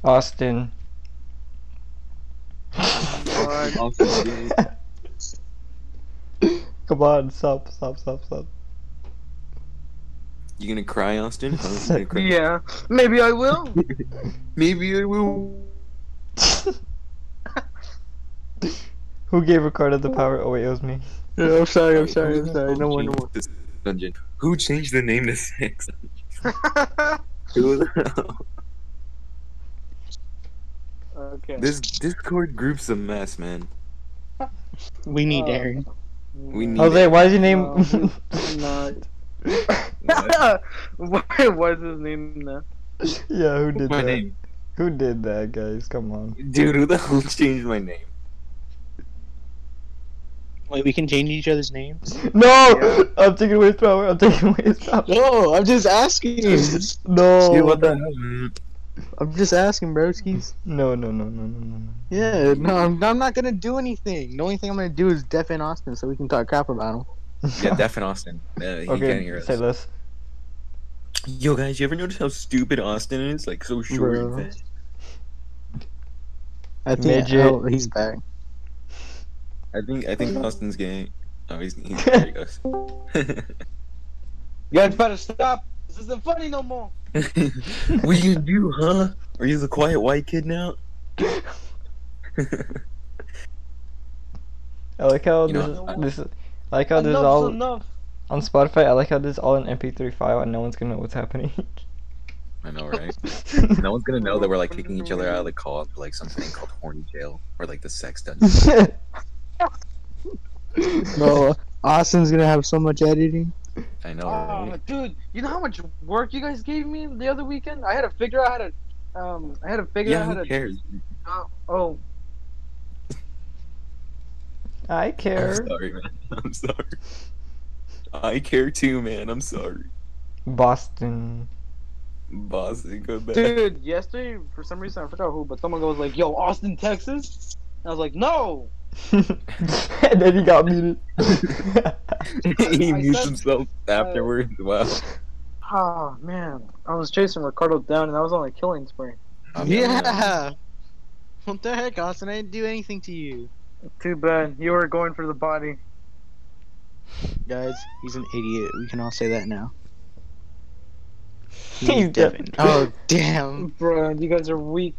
D: Austin.
B: God.
H: Austin's gay.
D: Come on, stop, stop, stop, stop.
H: You gonna cry, Austin? Austin's gonna cry.
B: Yeah, maybe I will.
H: Maybe I will.
D: Who gave Ricardo the power? Oh wait, it was me.
A: Yeah, I'm sorry, I'm sorry, I'm sorry. No more, no more.
H: This dungeon. Who changed the name to Sex?
B: okay.
H: Who the hell? This Discord group's a mess, man.
A: We need
B: Uh, mm.
A: Aaron.
H: We need.
D: Jose, why is your name?
B: No, it's not. Why was his name that?
D: yeah, who did
A: uh,
H: my
D: that?
H: name,
D: Who did that, guys? Come on.
H: dude. Who the hell changed my name?
A: Wait, we can change each other's names?
D: No, I'm taking away his power. I'm taking away his power.
A: No, I'm just asking.
D: No.
H: Dude, what the hell?
A: I'm just asking, broskies.
D: No, no, no, no, no, no. no.
A: Yeah, no, I'm, I'm not gonna do anything. The only thing I'm gonna do is deafen Austin so we can talk crap about him.
H: Yeah, Def and Austin. Uh, he can't hear
D: okay,
H: us.
D: say less.
H: Yo, guys, you ever notice how stupid Austin is? Like, so short. and
A: Bro.
H: fat?
A: I think
D: Midget.
A: oh, he's back.
H: I think I think Austin's gay. Oh, he's, he's there he goes.
B: You guys better stop. This isn't funny no more.
H: what you do, huh? Are you the quiet white kid now?
D: I like how
H: You
D: this,
H: know, I-
D: this, I like how this
B: Enough's
D: all
B: enough.
D: on Spotify. I like how this is all in MP3 file and no one's gonna know what's happening.
H: I know, right? No one's gonna know that we're like kicking each other out of the call for like something called horny jail or like the sex dungeon.
A: No, Austin's gonna have so much editing.
H: I know,
B: Oh,
H: right?
B: dude, you know how much work you guys gave me the other weekend? I had to figure out how to, um, I had to figure
H: Yeah,
B: out how
H: who
B: to.
H: cares?
B: Oh, oh,
D: I
H: I'm
D: care.
H: sorry, man. I'm sorry. I care too, man. I'm sorry.
D: Boston.
H: Boston, go back.
B: dude, yesterday for some reason I forgot who, but someone goes like, "Yo, Austin, Texas," and I was like, "No."
D: and then he got muted.
H: he
B: I
H: mutes
B: said-
H: himself afterwards. Wow.
B: Oh man, I was chasing Ricardo down, and I was on a killing spree.
H: I'm the only one.
A: Yeah. What the heck, Austin? I didn't do anything to you.
B: Too bad you were going for the body.
A: Guys, he's an idiot. We can all say that now.
D: He's Devin.
A: Oh, damn.
B: Bro, you guys are weak.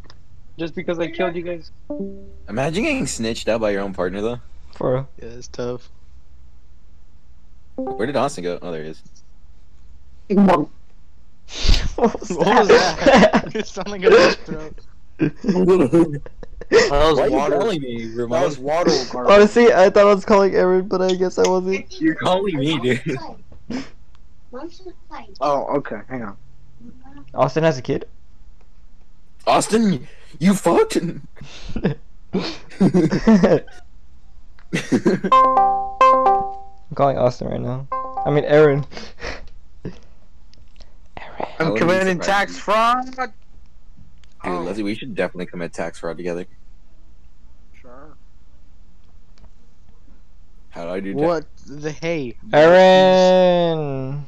B: Just because I killed you guys.
H: Imagine getting snitched out by your own partner though.
D: For real.
A: Yeah, it's tough.
H: Where did Austin go? Oh, there he is.
D: what was
A: What was that? it sounded like a deep throat.
C: That
H: Why
C: was
H: are you
C: water.
H: calling me,
C: That
H: Ramon?
C: was water. Carl.
D: Honestly, I thought I was calling Aaron, but I guess I wasn't.
H: You're calling me, dude.
B: Oh, okay, hang on.
D: Austin has a kid.
H: Austin, you fucked.
D: I'm calling Austin right now. I mean Aaron.
H: I
B: I'm
H: wouldn't be
B: committing
H: surprised.
B: tax fraud.
H: Dude, Leslie, we should definitely commit tax fraud together.
B: Sure.
H: How do I do?
A: What the hey?
D: Aaron.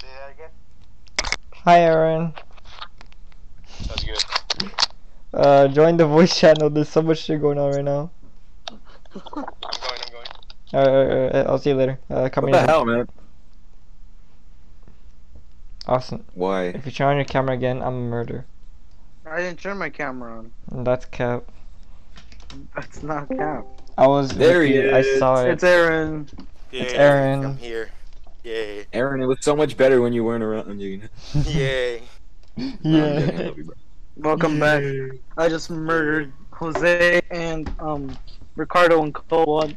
G: Say that again.
D: Hi Aaron.
G: Sounds good.
D: Uh, join the voice channel. There's so much shit going on right now.
G: I'm going, I'm going.
D: Uh, uh, uh, I'll see you later. Uh, come
H: What
D: in.
H: the hell, man?
D: Austin,
H: Why?
D: if you turn on your camera again, I'm a murder.
B: I didn't turn my camera on.
D: And that's cap.
B: That's not cap.
D: I was
H: There
D: with
H: he
D: you. I
H: is.
D: saw it.
B: It's Aaron.
C: It's
D: Aaron.
C: I'm here. Yay.
H: Aaron, it was so much better when you weren't around. You know?
C: Yay.
H: No, I'm joking, I
D: yeah.
H: love you, bro.
B: Welcome back. I just murdered Jose and um Ricardo and Cole. One.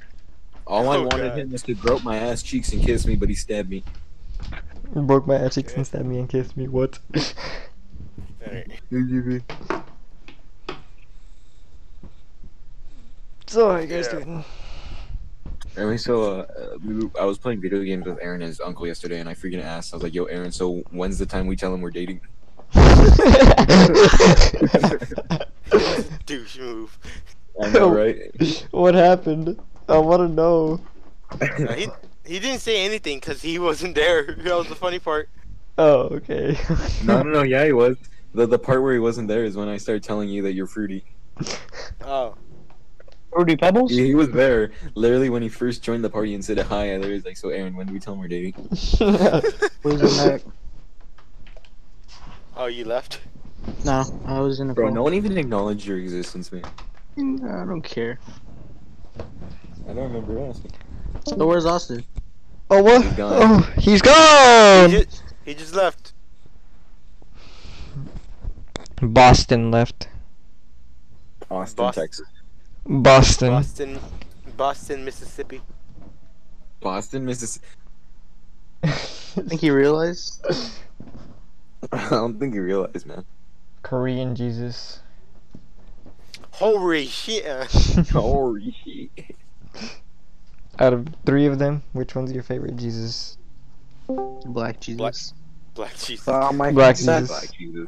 H: All I
C: Oh,
H: wanted
C: God.
H: him was to grope my ass cheeks and kiss me, but he stabbed me.
D: He broke my ass cheeks and stabbed me and kissed me. What?
C: Alright.
D: so how you guys
C: Yeah.
D: doing?
H: Anyway, so uh, uh, we- I was playing video games with Aaron and his uncle yesterday, and I freaking asked. I was like, "Yo, Aaron, so when's the time we tell him we're dating?"
C: Douche move.
H: I know, right?
D: what happened? I wanna know.
C: Uh, he, he didn't say anything because he wasn't there. That was the funny part.
D: Oh, okay.
H: no, no, no. Yeah, he was. The the part where he wasn't there is when I started telling you that you're fruity.
C: Oh.
B: Rudy Pebbles.
H: He, he was there literally when he first joined the party and said hi. I was like, "So, Aaron, when do we tell him we're dating?"
A: Where's your neck?
C: Oh, you left?
A: No, I was in a
H: Bro,
A: call.
H: no one even acknowledged your existence, man.
A: I don't care.
H: I don't remember asking.
A: So where's Austin?
D: oh what?
H: He's gone.
D: Oh, he's
C: He
H: Um,
D: gone.
C: just, he just left.
D: Boston left.
H: Austin,
C: Boston.
H: Texas.
D: Boston.
C: Boston, Boston, Mississippi.
H: Boston, Mississippi.
A: I think he realized.
H: I don't think you realize, man.
D: Korean Jesus.
C: Holy shit. uh,
H: Oh, yeah.
D: Out of three of them, which one's your favorite Jesus?
A: Black Jesus.
C: Black- Black Jesus.
B: Oh my
D: Black
B: consent.
D: Jesus.
H: Black Jesus.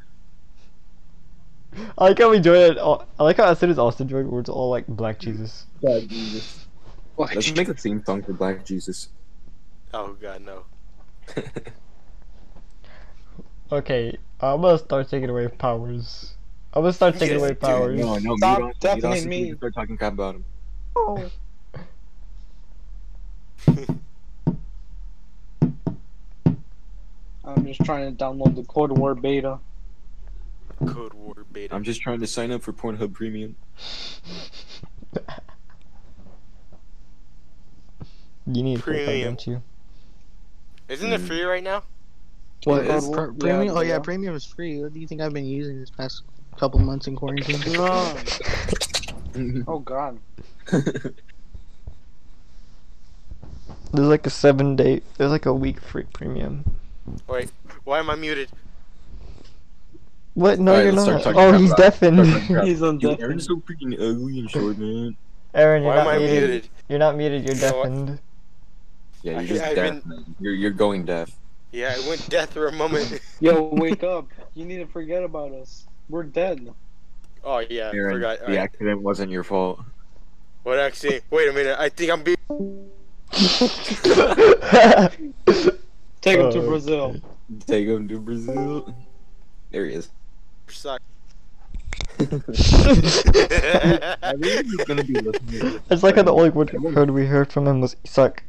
D: I like how we joined. All, I like how as soon as Austin joined, we're all like Black Jesus.
H: Black Jesus. Let's make a theme song for Black Jesus.
C: Oh, God, no.
D: Okay, I'm gonna start taking away powers. I'm gonna start taking
C: Yes,
D: away
C: dude,
D: powers.
H: No, no,
B: Stop
H: you don't. You
B: deafening
H: don't see
B: me.
H: people start talking crap about him.
B: I'm just trying to download the Cold War beta.
C: Code War beta.
H: I'm just trying to sign up for Pornhub Premium.
D: You need to
C: Premium.
D: don't you?
C: Isn't it
H: Mm.
C: free right now?
A: What
H: Yeah,
A: is
B: it's-
A: pr-
B: yeah,
A: premium? oh
B: yeah.
A: yeah, premium is free. What do you think I've been using this past couple months in quarantine?
B: No. Oh God.
D: There's like a seven day. There's like a week free premium.
C: Wait, why am I muted?
D: What? No,
H: Alright,
D: you're
H: let's
D: not.
H: start talking
D: Oh,
H: crap
D: he's
H: about it.
D: deafened.
H: Start talking crap.
B: He's on
H: Yo,
B: death.
H: Aaron's so freaking ugly and short, man.
D: Aaron, you're
C: Why am
D: not
C: I
D: muted.
C: muted?
D: You're not muted. You're
C: You know what?
D: deafened.
H: Yeah, you're
C: I-
H: just
C: I've
H: deaf.
C: been-
H: man. You're you're going deaf.
C: Yeah, I went death for a moment.
B: Yo, wake up! You need to forget about us. We're dead.
C: Oh, yeah, I
H: Aaron,
C: forgot.
H: the
C: Alright.
H: accident wasn't your fault.
C: What actually? Wait a minute. I think I'm being.
B: Take him to
D: Oh,
B: Brazil.
H: Take him to Brazil. There he is.
C: Suck.
H: I believe he's gonna be listening to this.
D: It's like how the only word heard we heard from him was Isak.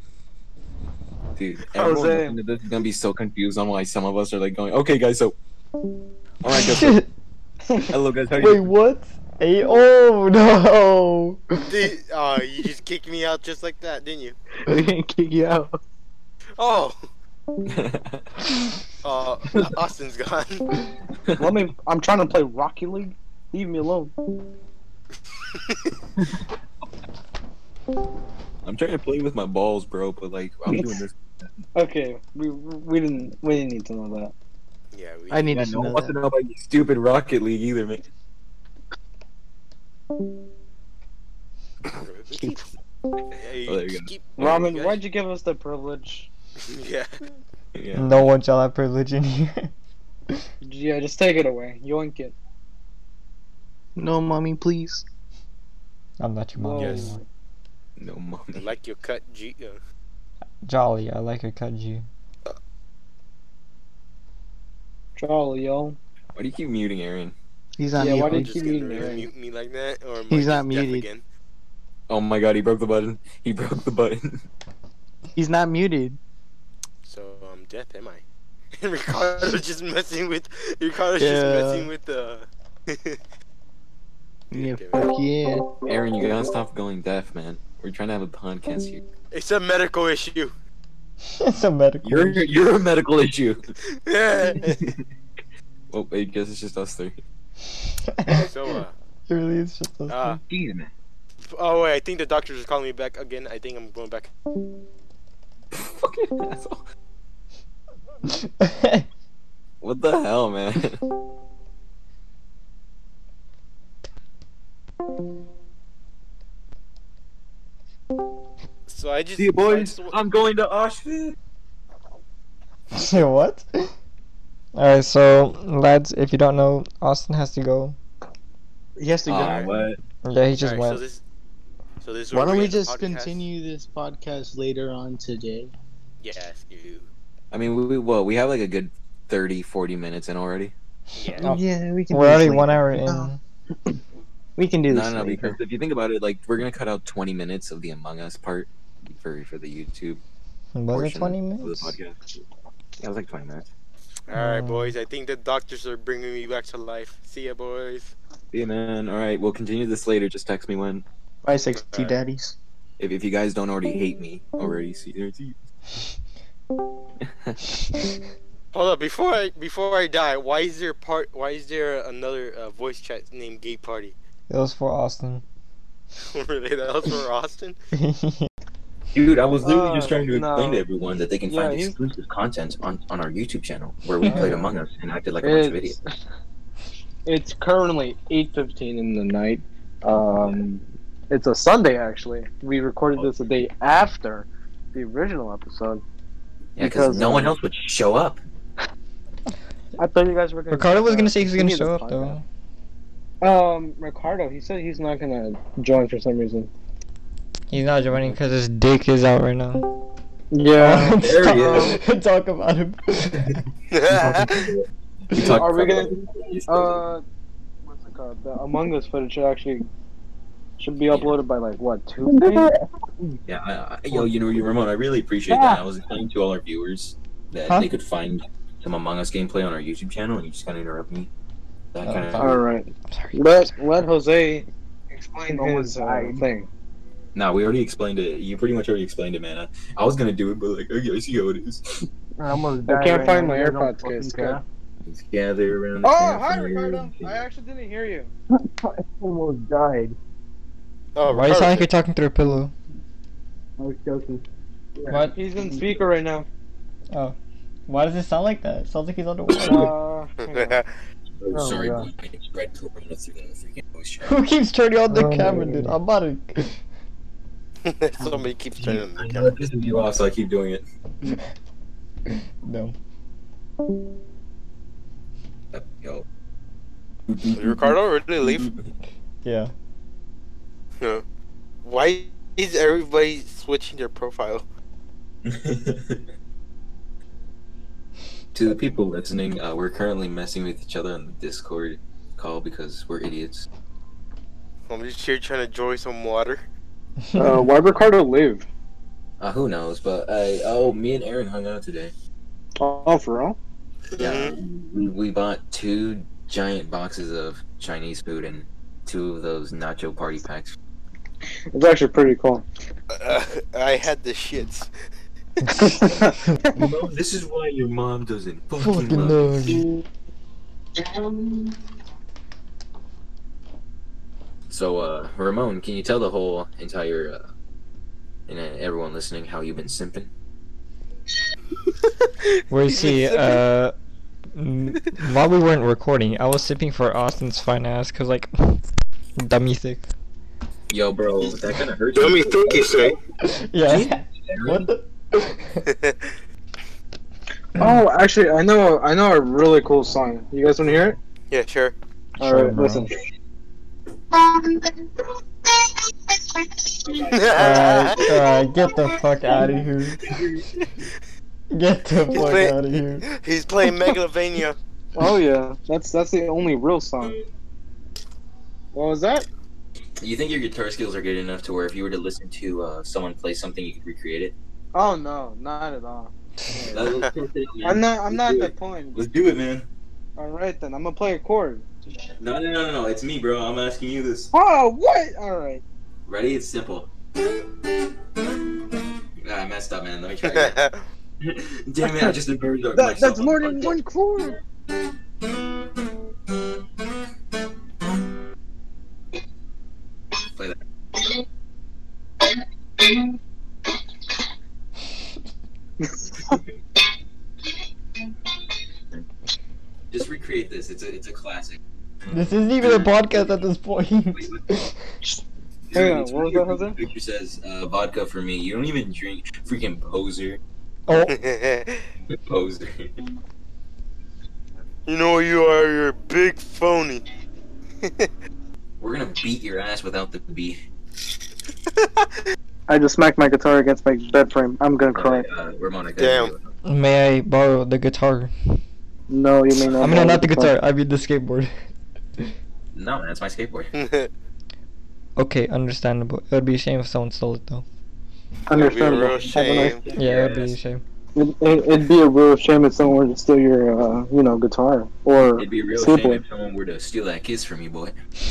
H: Dude, everyone
B: Jose.
H: listening to this is gonna be so confused on why some of us are like going, okay, guys, so. All right, guys. so-
D: Wait,
H: Hello, guys. How are you?
D: what? Hey, oh no!
C: Dude, oh, you just kicked me out just like that, didn't you?
A: They can't kick you out.
C: Oh, uh, Austin's gone.
B: Let me. I'm trying to play Rocky League. Leave me alone.
H: I'm trying to play with my balls, bro, but like I'm doing this.
B: Okay, we we didn't we didn't need to know that.
C: yeah, we.
A: I need
D: Yeah,
A: to
D: no
A: know
D: one
A: that.
H: I don't know about your stupid Rocket League either, man.
C: keep. Hey,
H: Oh, there you
C: just
H: go.
C: keep-
B: Ramen,
C: guys-
B: why'd you give us the privilege?
C: Yeah.
H: Yeah.
D: No one shall have privilege in here.
B: Yeah, just take it away. Yoink it.
A: No, mommy, please.
D: I'm not your mom.
B: Whoa.
H: Yes. No
C: I
H: mommy.
C: like your cut, G. uh,
D: Jolly, I like your kaiju.
B: Jolly, yo.
H: Why do you keep muting Aaron?
A: He's on
B: Yeah,
A: me.
B: why
C: You're
B: did
A: please.
B: you
C: just gonna
B: mute me, right?
C: mute me like that, or am
A: He's
C: I
A: not
C: just deaf
A: muted.
C: again?
H: Oh my god, he broke the button. He broke the button.
A: He's not muted.
C: So I'm deaf, am I? And Ricardo's just messing with. Ricardo's just
A: Yeah.
C: messing with uh, the.
A: Yeah,
C: Okay.
A: fuck yeah.
H: Aaron, you gotta stop going deaf, man. We're trying to have a podcast here.
C: it's a medical issue.
D: it's a medical.
H: You're you're a medical issue.
C: Yeah.
H: oh, I guess it's just us three.
C: so uh.
D: it really is just us.
C: Uh, oh wait, I think the doctor just calling me back again. I think I'm going back.
H: Fucking asshole. What the hell, man?
C: So I just.
H: See you,
C: I
H: boys.
C: just wa-
H: I'm going to Auschwitz.
D: Say what? Alright, so lads, if you don't know, Austin has to go.
A: He has to go.
H: Aw, what?
D: Yeah, he just
C: Alright, so
D: went.
C: this. So this. is
A: Why
C: where
A: don't we
C: end the
A: just
C: podcast.
A: continue this podcast later on today?
C: Yes, you.
H: I mean, we, we well, we have like a good 30, 40 minutes in already.
C: Yeah.
D: Oh.
A: Yeah, we can.
D: We're
A: do this
D: already
A: later.
D: one hour in.
A: No. Oh. We can do this.
H: No, no,
A: later.
H: because if you think about it, like we're gonna cut out twenty minutes of the Among Us part for for the YouTube
D: Was
H: portion
D: it 20
H: of the
D: minutes?
H: podcast. Yeah, it was like twenty minutes.
C: All right,
D: Mm.
C: boys. I think the doctors are bringing me back to life. See ya, boys.
H: Yeah, man. All right, we'll continue this later. Just text me when
A: Bye, sixty
C: Alright.
A: daddies.
H: if, if you guys don't already hate me already. See, there- see-
C: Hold up, before I before I die, why is there part? Why is there another uh, voice chat named Gay Party?
D: It was for Austin.
C: really, that was for Austin.
H: dude, I was literally
B: Uh,
H: just trying to explain
B: no.
H: to everyone that they can
B: Yeah,
H: find
B: he's-
H: exclusive content on on our YouTube channel where we
D: Yeah.
H: played Among Us and acted like a bunch of
B: It's,
H: idiots.
B: it's currently 8.15 in the night. Um, it's a Sunday, actually. We recorded this a day after the original episode.
H: Yeah, because
B: because,
H: no
B: um,
H: one else would show up.
B: I thought you guys were uh, going
D: Ricardo was gonna say he was gonna show up though.
B: Um, Ricardo, he said he's not going to join for some reason.
D: He's not joining because his dick is out right now.
B: Yeah.
H: There he
D: is. Talk about him.
H: We talked
B: Are we
H: about
B: gonna-
H: it yesterday.
B: uh, what's it called? The Among Us footage should actually should be uploaded by, like, what, Tuesday?
H: Yeah, I, I, yo, you know, you Ramon, I really appreciate that. I was explaining to all our viewers that
D: Huh?
H: they could find some Among Us gameplay on our YouTube channel, and you just kind of interrupt me. That
D: Oh,
H: kind of
B: Uh, All right.
D: Sorry.
B: Let let Jose explain his uh,
A: died.
B: thing.
H: no, we already explained it. You pretty much already explained it, man. I, I was gonna do it, but like, okay, I see how it is.
A: I almost
B: I can't
A: died
B: find
A: now.
B: my
A: You guys don't
B: AirPods,
A: fucking
B: guys.
A: care.
H: Let's gather around. The
B: Oh, hi,
H: campfire.
B: Ricardo. I actually didn't hear you.
A: Almost died.
C: oh,
D: Why do you sound like you're talking through a pillow?
A: I was joking.
D: What?
B: He's in speaker right now.
D: Why does it sound like that? It sounds like he's underwater.
B: Uh, hang
A: Oh,
C: Ricardo.
B: on.
H: Oh, sorry,
A: God.
H: but I spread corona through the freaking voice chat.
D: Who keeps turning on the
A: Oh.
D: camera, dude? I'm about to.
C: Somebody keeps turning on
H: I
C: the
H: know
C: camera.
H: it pisses you off, so I keep doing it.
D: No.
H: Yo.
C: Did Ricardo really leave?
D: Yeah.
C: No. Why is everybody switching their profile?
H: to the people listening, uh, we're currently messing with each other on the Discord call because we're idiots.
C: I'm just here trying to enjoy some water.
B: Uh, why Ricardo live?
H: Uh, who knows? But I oh, me and Aaron hung out today.
B: Oh, for real?
H: Yeah, we, we bought two giant boxes of Chinese food and two of those nacho party packs.
B: It's actually pretty cool.
C: Uh, I had the shits.
H: Mo, this is why your mom doesn't
D: Fucking love you.
H: So, uh, Ramon, can you tell the whole entire uh, and uh, everyone listening how you've been simping?
D: We see,
C: sipping.
D: uh, n- while we weren't recording, I was sipping for Austin's fine ass because, like, dummy thick.
H: Yo, bro, that kind of hurts.
I: Let me think you say.
D: Yeah.
H: Aaron?
D: what the?
B: Oh, actually, I know I know a really cool song. You guys want to hear it?
C: yeah, sure.
B: All
D: Sure,
B: right,
D: bro.
B: listen.
D: Alright, alright, get the fuck out of here. Get the
C: He's
D: fuck
C: play-
D: out of here.
C: He's playing Megalovania.
B: Oh yeah, that's that's the only real song. What was that?
H: You think your guitar skills are good enough to where if you were to listen to uh, someone play something, you could recreate it?
B: Oh no, not at all.
H: That- let's test it out, man.
B: I'm not I'm not
H: Let's do
B: at that
H: it.
B: point.
H: Let's do it, man.
B: All right then, I'm gonna play a chord.
H: No, no, no, no, no. It's me, bro. I'm asking you this.
B: Oh what? All right.
H: Ready? It's simple. Nah, I messed up, man. Let me try again.
C: That's
H: Damn it! I just embarrassed myself.
B: That, that's
H: on
B: more
H: the
B: than
H: podcast.
B: one chord.
H: Play that. Just recreate this. It's a it's a classic.
D: This isn't even a podcast at this point.
H: Wait, what-
B: Hang on,
H: It's
B: what was
H: weird
B: that, Jose?
H: when the Picture says uh, vodka for me. You don't even drink, freaking poser.
D: oh,
H: Poser.
C: you know you are. You're a big phony.
H: We're gonna beat your ass without the beat.
B: I just smacked my guitar against my bed frame. I'm gonna cry.
H: Uh, Ramon, I
C: Damn.
H: couldn't do it.
D: may I borrow the guitar?
B: No, you mean
D: I mean, not the guitar, I mean the skateboard.
H: No, man, it's my skateboard.
D: Okay, understandable. It would be a shame if someone stole it though.
C: That'd be a
B: Understandable.
C: real shame.
D: Yeah, it would be a
H: Yes.
D: shame.
B: It, it, it'd be a real shame if someone were to steal your, uh, you know, guitar or
H: It'd be a real shame
B: skateboard.
H: if someone were to steal that kiss from you, boy.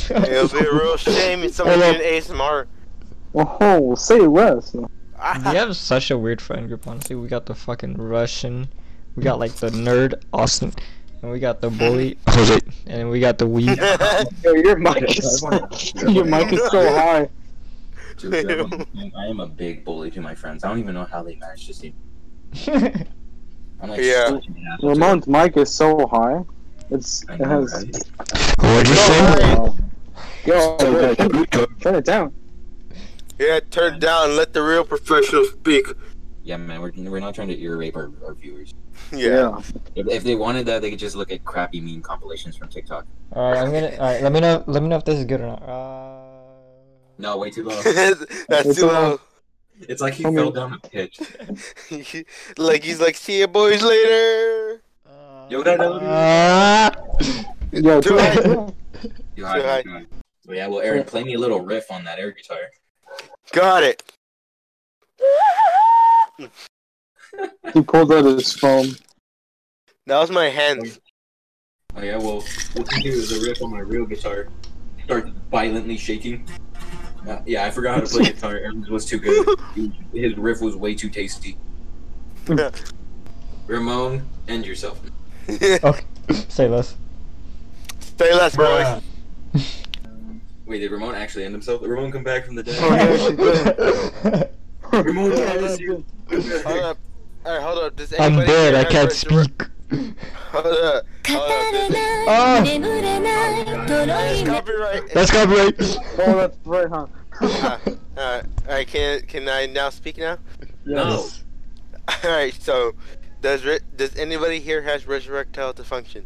C: It'll be a real shame if somebody
D: Hello.
C: did ASMR.
B: Oh, say less.
D: We have such a weird friend group, honestly. We got the fucking Russian, we got like the nerd Austin, and we got the bully Jose, and we got the weed.
B: Yo, your mic is your mic is so high.
H: Dude, I am- I am a big bully to my friends. I don't even know how they managed to see. I'm like,
C: Yeah.
H: switching it up.
B: Ramon's mic is so high. It's
H: I
B: it
H: know,
B: has.
H: right?
D: What'd you
C: say?
B: Wow. Yo, bro, turn it down.
C: yeah, turn down. Let the real professional speak.
H: Yeah, man, we're, we're not trying to ear rape our, our viewers.
C: Yeah.
H: If, if they wanted that, they could just look at crappy meme compilations from TikTok.
D: Alright, I'm gonna. Alright, let me know. Let me know if this is good or not. Uh,
H: No, way too low.
C: That's
B: It's
C: too
B: a-
C: low.
H: It's like he
B: Come
H: fell
B: here.
H: down a pitch.
C: like he's like, see you boys later. Uh,
H: Yo, that
C: Ah!
B: Yo,
C: Too high.
B: turn
H: Too
C: Too high.
H: high. too high. But Oh, yeah, well, Aaron, play me a little riff on that air guitar.
C: Got it.
B: he pulled out his phone.
C: That was my hand.
H: Oh yeah, well, what you do is a riff on my real guitar. Start violently shaking. Uh, yeah, I forgot how to play guitar. Aaron's was too good. His riff was way too tasty. Ramon, end yourself.
D: okay, say less.
C: Stay less, boys.
H: Wait, did Ramon actually end himself? Ramon come back from the
C: Oh,
H: dead.
C: yeah, she
H: Ramon, get out of here.
C: Hold up. All right, hold up. Does
D: I'm
C: anybody
D: dead. I
C: remember
D: can't
C: to-
D: speak.
C: Hold up. Hold up. This,
D: Ah,
C: this is copyright.
D: that's copyright.
B: Oh, that's right, huh?
C: Uh, uh, I can can I now speak now?
H: No.
C: All right. So, does re- does anybody here has resurrectile dysfunction?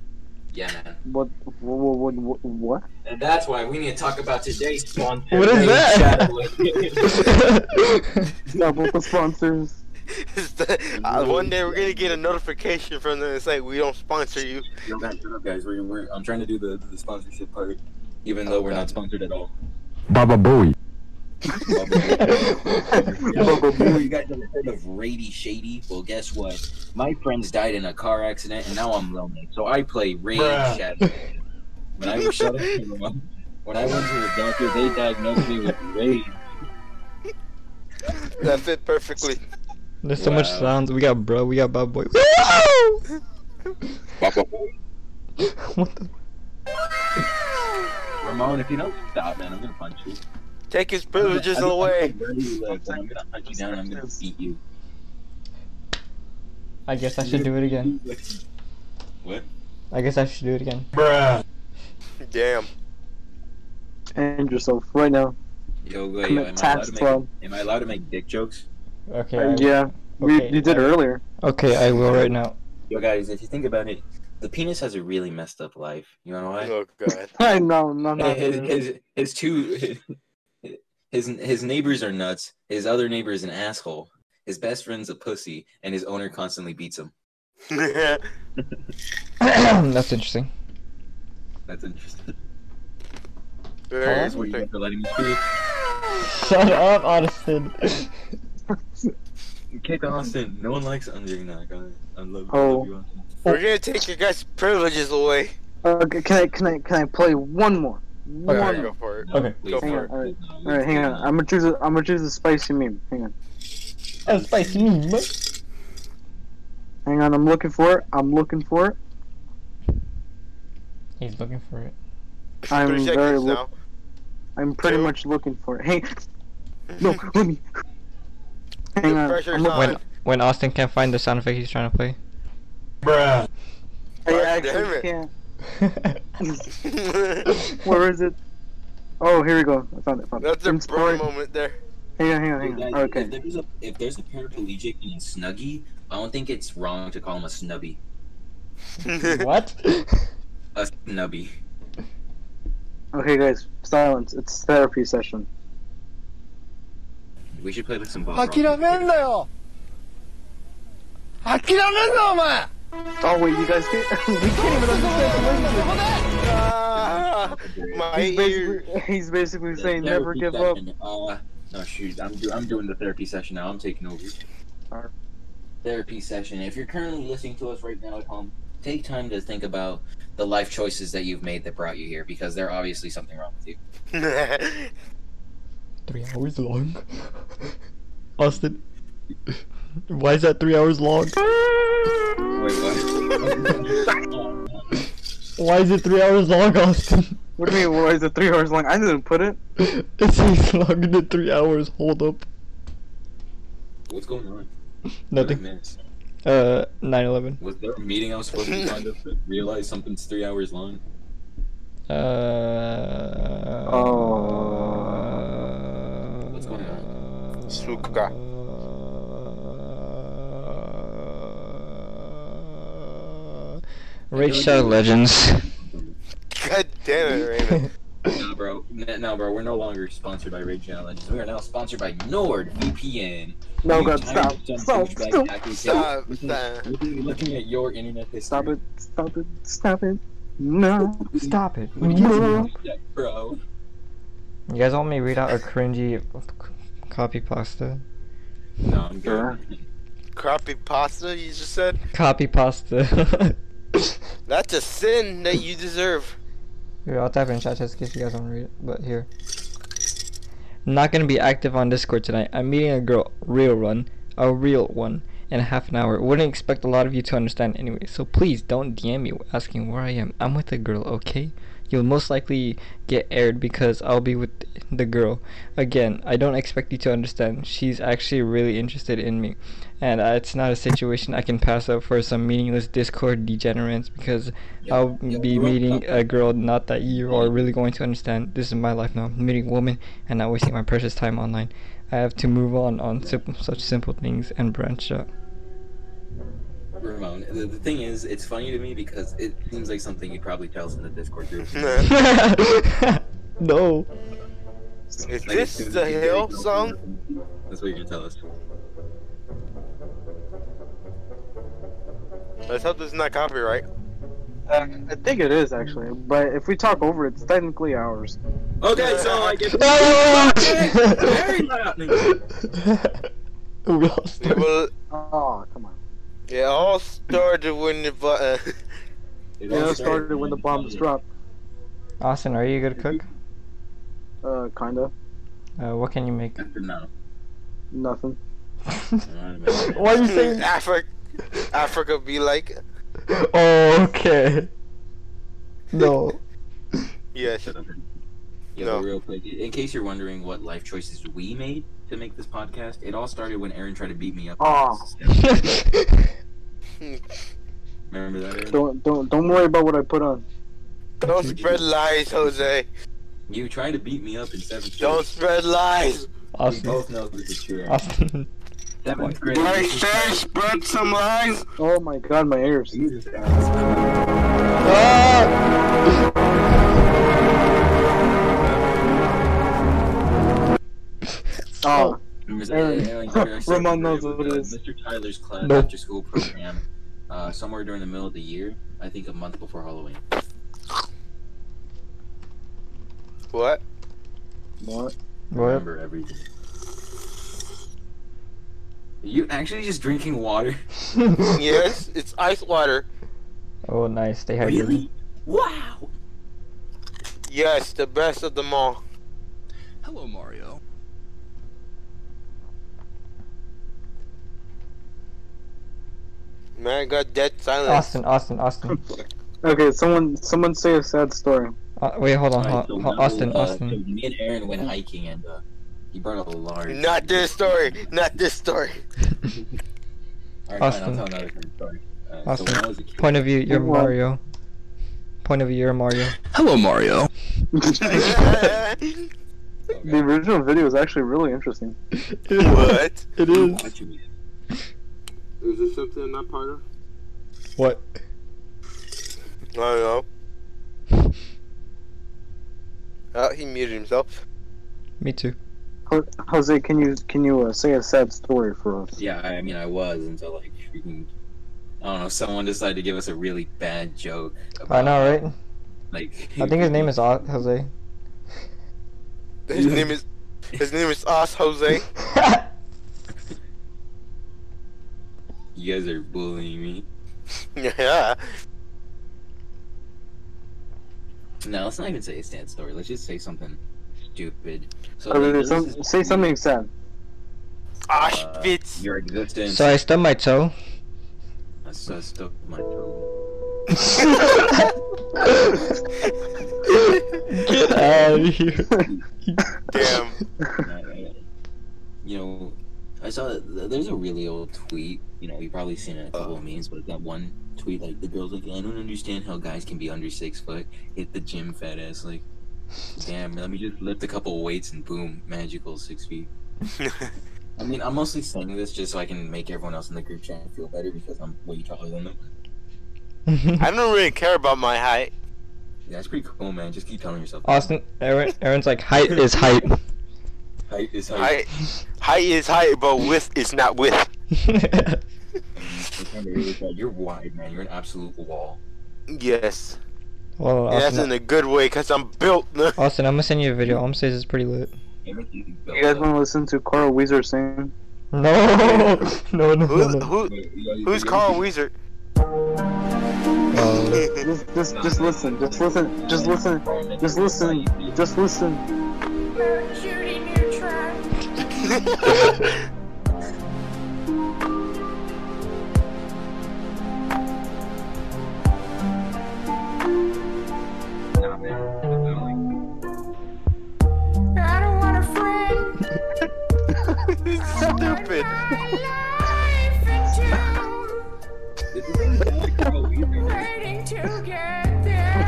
H: Yeah, man.
B: What? What? What? What? what?
H: And that's why we need to talk about today's sponsor.
D: What is that?
H: Shadow Legends.
B: Double the sponsors.
C: It's the- uh, one day we're gonna get a notification from them. It's like we don't sponsor you.
H: Yo, guys, shut up, guys. We're, we're, I'm trying to do the, the sponsorship part, even though
C: Oh,
H: we're
C: God.
H: not sponsored at all.
F: Baba Booey.
H: Yo, you guys ever heard of Rady Shady? Well, guess what? My friends died in a car accident, and now I'm lonely. So I play Rady
E: Bruh.
H: Shadow. When I was shut up, everyone. when I went to the doctor, they diagnosed me with rage.
C: That fit perfectly.
D: There's so much
H: Wow.
D: sounds. We got bro, we got bad boy. Woo! what the?
H: Ramon, if you don't stop, man, I'm gonna punch you.
C: Take his
H: I'm gonna-
C: privileges
H: I'm-
C: away.
H: I'm, gonna burn you up, and I'm gonna punch you down. and I'm gonna beat you.
D: I guess I should do it again.
H: What?
D: I guess I should do it again.
E: Bruh.
C: Damn.
B: And yourself right now.
H: Yo, wait,
B: Commit
H: am, I allowed
B: tax
H: to make,
B: fraud.
H: am I allowed to make dick jokes?
D: Okay. I,
B: Yeah, we,
D: Okay,
B: you did
D: I-
B: earlier.
D: Okay, I will right now.
H: Yo, guys, if you think about it, the penis has a really messed up life. You know why?
C: Oh god.
B: I know, no, no.
H: his, his his two his his neighbors are nuts. His other neighbor is an asshole. His best friend's a pussy, and his owner constantly beats him.
D: That's interesting.
H: That's interesting.
C: Very
H: Thanks
C: interesting.
H: for letting me speak.
D: Shut up, Austin.
H: Kick Austin. No one likes Austin. I got it. I love, I
B: Oh.
H: love you, Austin.
C: We're gonna take your guys' privileges away.
B: Okay, can I can I can I play one more?
D: Okay.
B: One.
C: Alright, go for it.
H: No,
D: Okay.
H: please,
C: Go
H: no,
B: for it.
H: please, no,
B: All right, hang on. I'm gonna choose. A, I'm gonna choose a spicy meme. Hang on.
D: That's spicy meat, bro.
B: Hang on. I'm looking for it. I'm looking for it.
D: He's looking for it.
B: I'm
C: Three
B: very
C: seconds
B: lo-
C: now.
B: I'm pretty
C: Two.
B: much looking for it. Hey, no, let me. Hang on.
C: pressure's
B: I'm looking-
C: on.
D: When when Austin can't find the sound effect he's trying to play.
E: Bruh.
B: I
C: God damn
B: actually
C: it.
B: can't. Where is it? Oh, here we go. I found it. Found
C: That's a
B: it. In
C: bro
B: story.
C: moment there.
B: Hang on, hang on,
H: Hey,
B: hang
H: guys,
B: on.
H: If
B: Okay.
H: there's a if there's a paraplegic named Snuggy, I don't think it's wrong to call him a snubby.
D: what?
H: A snubby.
B: Okay, guys. Silence. It's therapy session.
H: We should play with some Bob Ross.
F: 諦めんなよ諦めんなお前
B: Oh wait, you guys can't. we can't even understand.
C: Ah, my
B: He's
C: ear.
B: basically, he's basically
H: The
B: saying never
H: therapy
B: give up.
H: session, Uh, no, shoot. I'm, do- I'm doing the therapy session now. I'm taking over.
B: Alright.
H: Therapy session. If you're currently listening to us right now at home, take time to think about the life choices that you've made that brought you here because they're obviously something wrong with you.
D: Three hours long. Austin, why is that three hours long?
H: Wait, what?
D: Why is it three hours long, Austin?
B: What do you mean? Why is it three hours long? I didn't put it.
D: It says longer than three hours. Hold up.
H: What's going on? What did I
D: Nothing.
H: miss?
D: Uh, 9/11.
H: Was there a meeting I was supposed to be on that realized something's three hours long?
D: Uh.
B: Oh.
H: What's going on?
C: Suka.
D: Uh, Raid Shadow Legends.
C: God damn it, Raymond.
H: No, bro. N- No, bro. We're no longer sponsored by Raid Shadow Legends. We are now sponsored by NordVPN.
B: No,
H: You're
B: God,
H: tired
B: stop,
H: of some
B: stop,
H: douchebag
B: stop,
H: hacking
C: stop,
H: shit.
C: stop.
H: You're literally looking at your internet history.
B: Stop it! Stop it! Stop it! No!
D: Stop it.
H: What are you doing, bro?
D: You guys want me to read out a cringy copy pasta?
H: No, I'm
B: Sure.
H: good.
C: Crappie pasta, you just said?
D: Copy pasta.
C: That's a sin that you deserve.
D: Here, I'll type it in chat just in case you guys want to read it. But here. Not gonna be active on Discord tonight. I'm meeting a girl, real one, a real one, in half an hour. Wouldn't expect a lot of you to understand anyway, so please don't DM me asking where I am. I'm with a girl, okay? You'll most likely get aired because I'll be with the girl. Again, I don't expect you to understand. She's actually really interested in me, and uh, it's not a situation I can pass up for some meaningless Discord degenerates because I'll
H: Yeah,
D: be
H: bro.
D: meeting a girl not that you are really going to understand. This is my life now. meeting women and not wasting my precious time online. I have to move on on sim- such simple things and branch out.
H: Ramon, the, the thing is, it's funny to me because it seems like something he probably tells in the Discord group.
C: Is
D: no.
H: Like, as
C: this
H: soon as
C: the
H: you get a
C: hill
H: girl,
C: song?
H: That's what you're gonna tell us.
C: Let's hope this is not copyright.
B: Uh, I think it is actually, but if we talk over, it, it's technically ours.
H: Okay, so I get very loud.
D: we all
C: We
D: start.
C: will.
B: Oh, come on.
C: It all started when the bu- uh,
H: It
B: It all started when the bomb was dropped.
D: Austin, are you a good cook?
B: Uh, kinda.
D: Uh, what can you make?
H: No.
B: Nothing.
D: Why are you saying?
C: Africa. Africa be like
D: Oh, Okay. No.
C: yes.
H: Yeah,
C: No.
H: but real quick. In case you're wondering what life choices we made to make this podcast, it all started when Aaron tried to beat me up.
B: Aw.
H: Remember that? Aaron?
B: Don't don't don't worry about what I put on.
C: Don't spread lies, Jose.
H: You tried to beat me up in seventh.
C: Don't
H: grade.
C: spread lies.
H: We
D: Austin.
H: both know this is true. Aaron.
D: Austin.
H: Seventh grade.
C: I said spread some lies.
B: Oh my god, my ears.
H: Jesus, guys.
D: Ah!
B: Oh,
H: Remember
B: Aaron.
H: that? Aaron, Aaron,
B: Ramon knows
H: Aaron,
B: what it is.
H: Mr. Tyler's class
D: Nope.
H: after school program, uh, somewhere during the middle of the year. I think a month before Halloween.
C: What?
B: what?
D: What?
H: Remember everything. Are you actually just drinking water?
C: Yes, it's ice water.
D: Oh, nice. They had you.
H: Wow.
C: Yes, the best of them all.
F: Hello, Mario.
C: Man, I got dead silence.
D: Austin, Austin, Austin.
B: Okay, someone someone say a sad story.
D: Uh, wait, hold on.
H: Alright, so
D: Hold, hold,
H: now,
D: Austin,
H: uh,
D: Austin.
H: so me and Aaron went hiking, and uh, he brought a large.
C: Not this story. Not this story.
H: All right,
D: Austin.
H: Fine, I'll tell another funny story. Uh,
D: Austin.
H: So when I was a kid,
D: Point of view, you're
B: Hold on.
D: Mario. Point of view, you're Mario.
F: Hello, Mario.
B: The original video is actually really interesting.
C: what?
D: It
H: What you mean?
C: Is there something I'm not part of?
D: What?
C: I don't know. Oh, he muted himself.
D: Me too.
B: Ho- Jose, can you can you uh, say a sad story for us?
H: Yeah, I I mean, I was until like freaking. I don't know. Someone decided to give us a really bad joke.
D: I know, right?
H: Like
D: I think his name is Au- Jose.
C: His name is his name is Os Jose.
H: You guys are bullying me.
C: Yeah.
H: No, let's not even say a sad story. Let's just say something stupid. So
B: Or
H: like,
B: some-
H: this is- uh,
B: say something sad.
C: Auschwitz.
H: Your existence.
D: so I stubbed my toe.
H: I so stuck my toe.
D: Get
B: Uh,
D: out of here.
C: Damn.
H: And I- I- you know, I saw th- there's a really old tweet. You know, you've probably seen it in a
B: Uh.
H: couple of memes, but that one tweet, like the girl's like, I don't understand how guys can be under six foot, hit the gym fat ass, like, damn, let me just lift a couple weights and boom, magical six feet. I mean, I'm mostly saying this just so I can make everyone else in the group chat feel better because I'm way taller than them.
C: I don't really care about my height.
H: Yeah, that's pretty cool, man. Just keep telling yourself. that.
D: Austin, Aaron, Aaron's like, height is height.
H: Height is height.
C: Height, height is height, but width is not width.
H: It's kinda really bad. You're wide, man. You're an absolute wall.
C: Yes.
D: well,
C: And that's
D: Austin,
C: in a good way, cause I'm built.
D: Austin, I'm gonna send you a video. I'm says it's pretty lit.
H: Everything
B: You guys want to listen to Carl Weezer sing?
D: No, no, no, no.
C: who,
D: no.
C: who, who's Carl Weezer?
D: Uh,
B: Just just just listen, just listen, just listen, just listen, just listen.
I: Shooting your trap.
H: Nah, man. I don't like
I: I don't want a friend.
C: This is stupid.
I: My life into waiting to get there.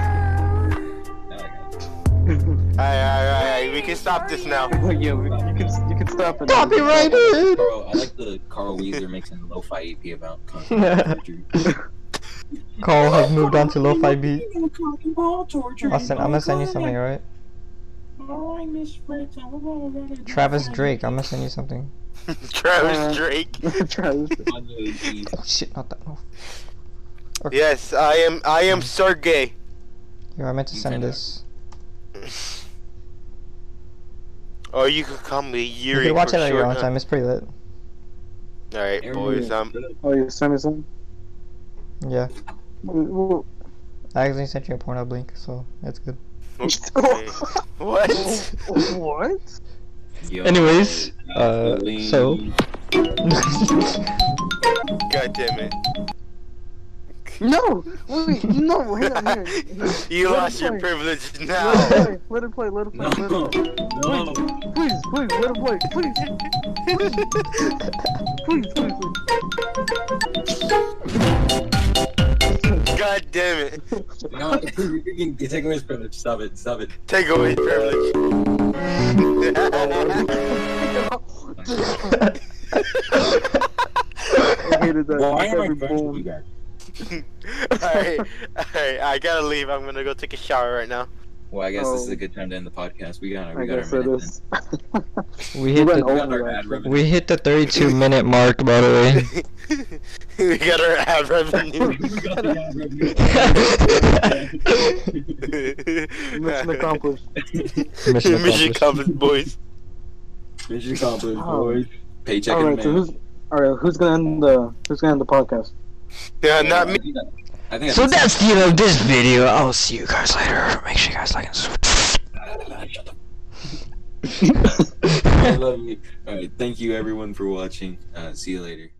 C: Alright, alright, alright. We can stop this now.
B: Oh yeah, we- you can you can stop it.
D: Copyrighted.
H: Carl, I like the Carl Weezer mixing lo-fi EP about content culture.
D: Carl has moved on to lo-fi beat. Austin, I'm gonna send you something, alright? Travis Drake, I'm gonna send you something. Uh-huh.
C: Travis Drake.
B: Travis.
D: Oh shit, not that move.
C: Yes, I am. I am Sergey.
D: Here, I meant to
H: You
D: send
H: kinda-
D: this.
C: Oh, you can call me
D: You
C: Yuri.
D: can watch
C: for
D: it at your
C: short,
D: own
C: huh?
D: time, it's pretty lit.
C: All right, boys. um, I'm.
B: Oh, you sent me some?
D: Yeah.
B: What-
D: I actually sent you a Pornhub link, so that's good.
C: Okay. What?
B: What?
H: Yo,
D: Anyways, uh,
H: absolutely.
D: so-
C: God damn it.
B: No! Wait, no, hang on, hang on.
C: you lost your
B: Wait.
C: privilege
B: Let
C: now.
B: it play, let it play, let it play,
H: No,
B: let it play.
H: no.
B: Please, please, let it play, please. Please, please, please.
C: God damn it.
H: No, you're freaking- you're taking away his privilege. Stop it. Stop it.
C: Take away his privilege.
B: I hated that.
H: Why am I
B: Every
H: friends with
B: bone.
H: you guys?
C: alright, alright, I gotta leave. I'm gonna go take a shower right now.
H: Well, I guess this is
B: Oh.
H: a good time to end the podcast. We got,
B: I
H: we got
B: guess
H: our
B: it
H: minute.
B: is.
D: we
B: We
D: hit the
B: went
H: then. We got
B: over
H: our ad
B: that.
H: revenue.
D: we hit the 32 minute mark, by the way.
C: we got our ad revenue.
H: We got the ad revenue.
B: Mission accomplished.
D: Mission
C: Mission
D: accomplished.
C: accomplished, boys.
H: Mission accomplished,
B: Oh.
H: boys. Paycheck
B: All
H: in
B: right,
H: the
B: so
H: mail.
B: who's all right? Who's gonna end the Who's gonna end the podcast?
C: Yeah, not me.
H: I think I
D: So that's the end of this video. I'll see you guys later. Make sure you guys like and
H: I
D: subscribe.
H: love you. All right, thank you everyone for watching. Uh, see you later.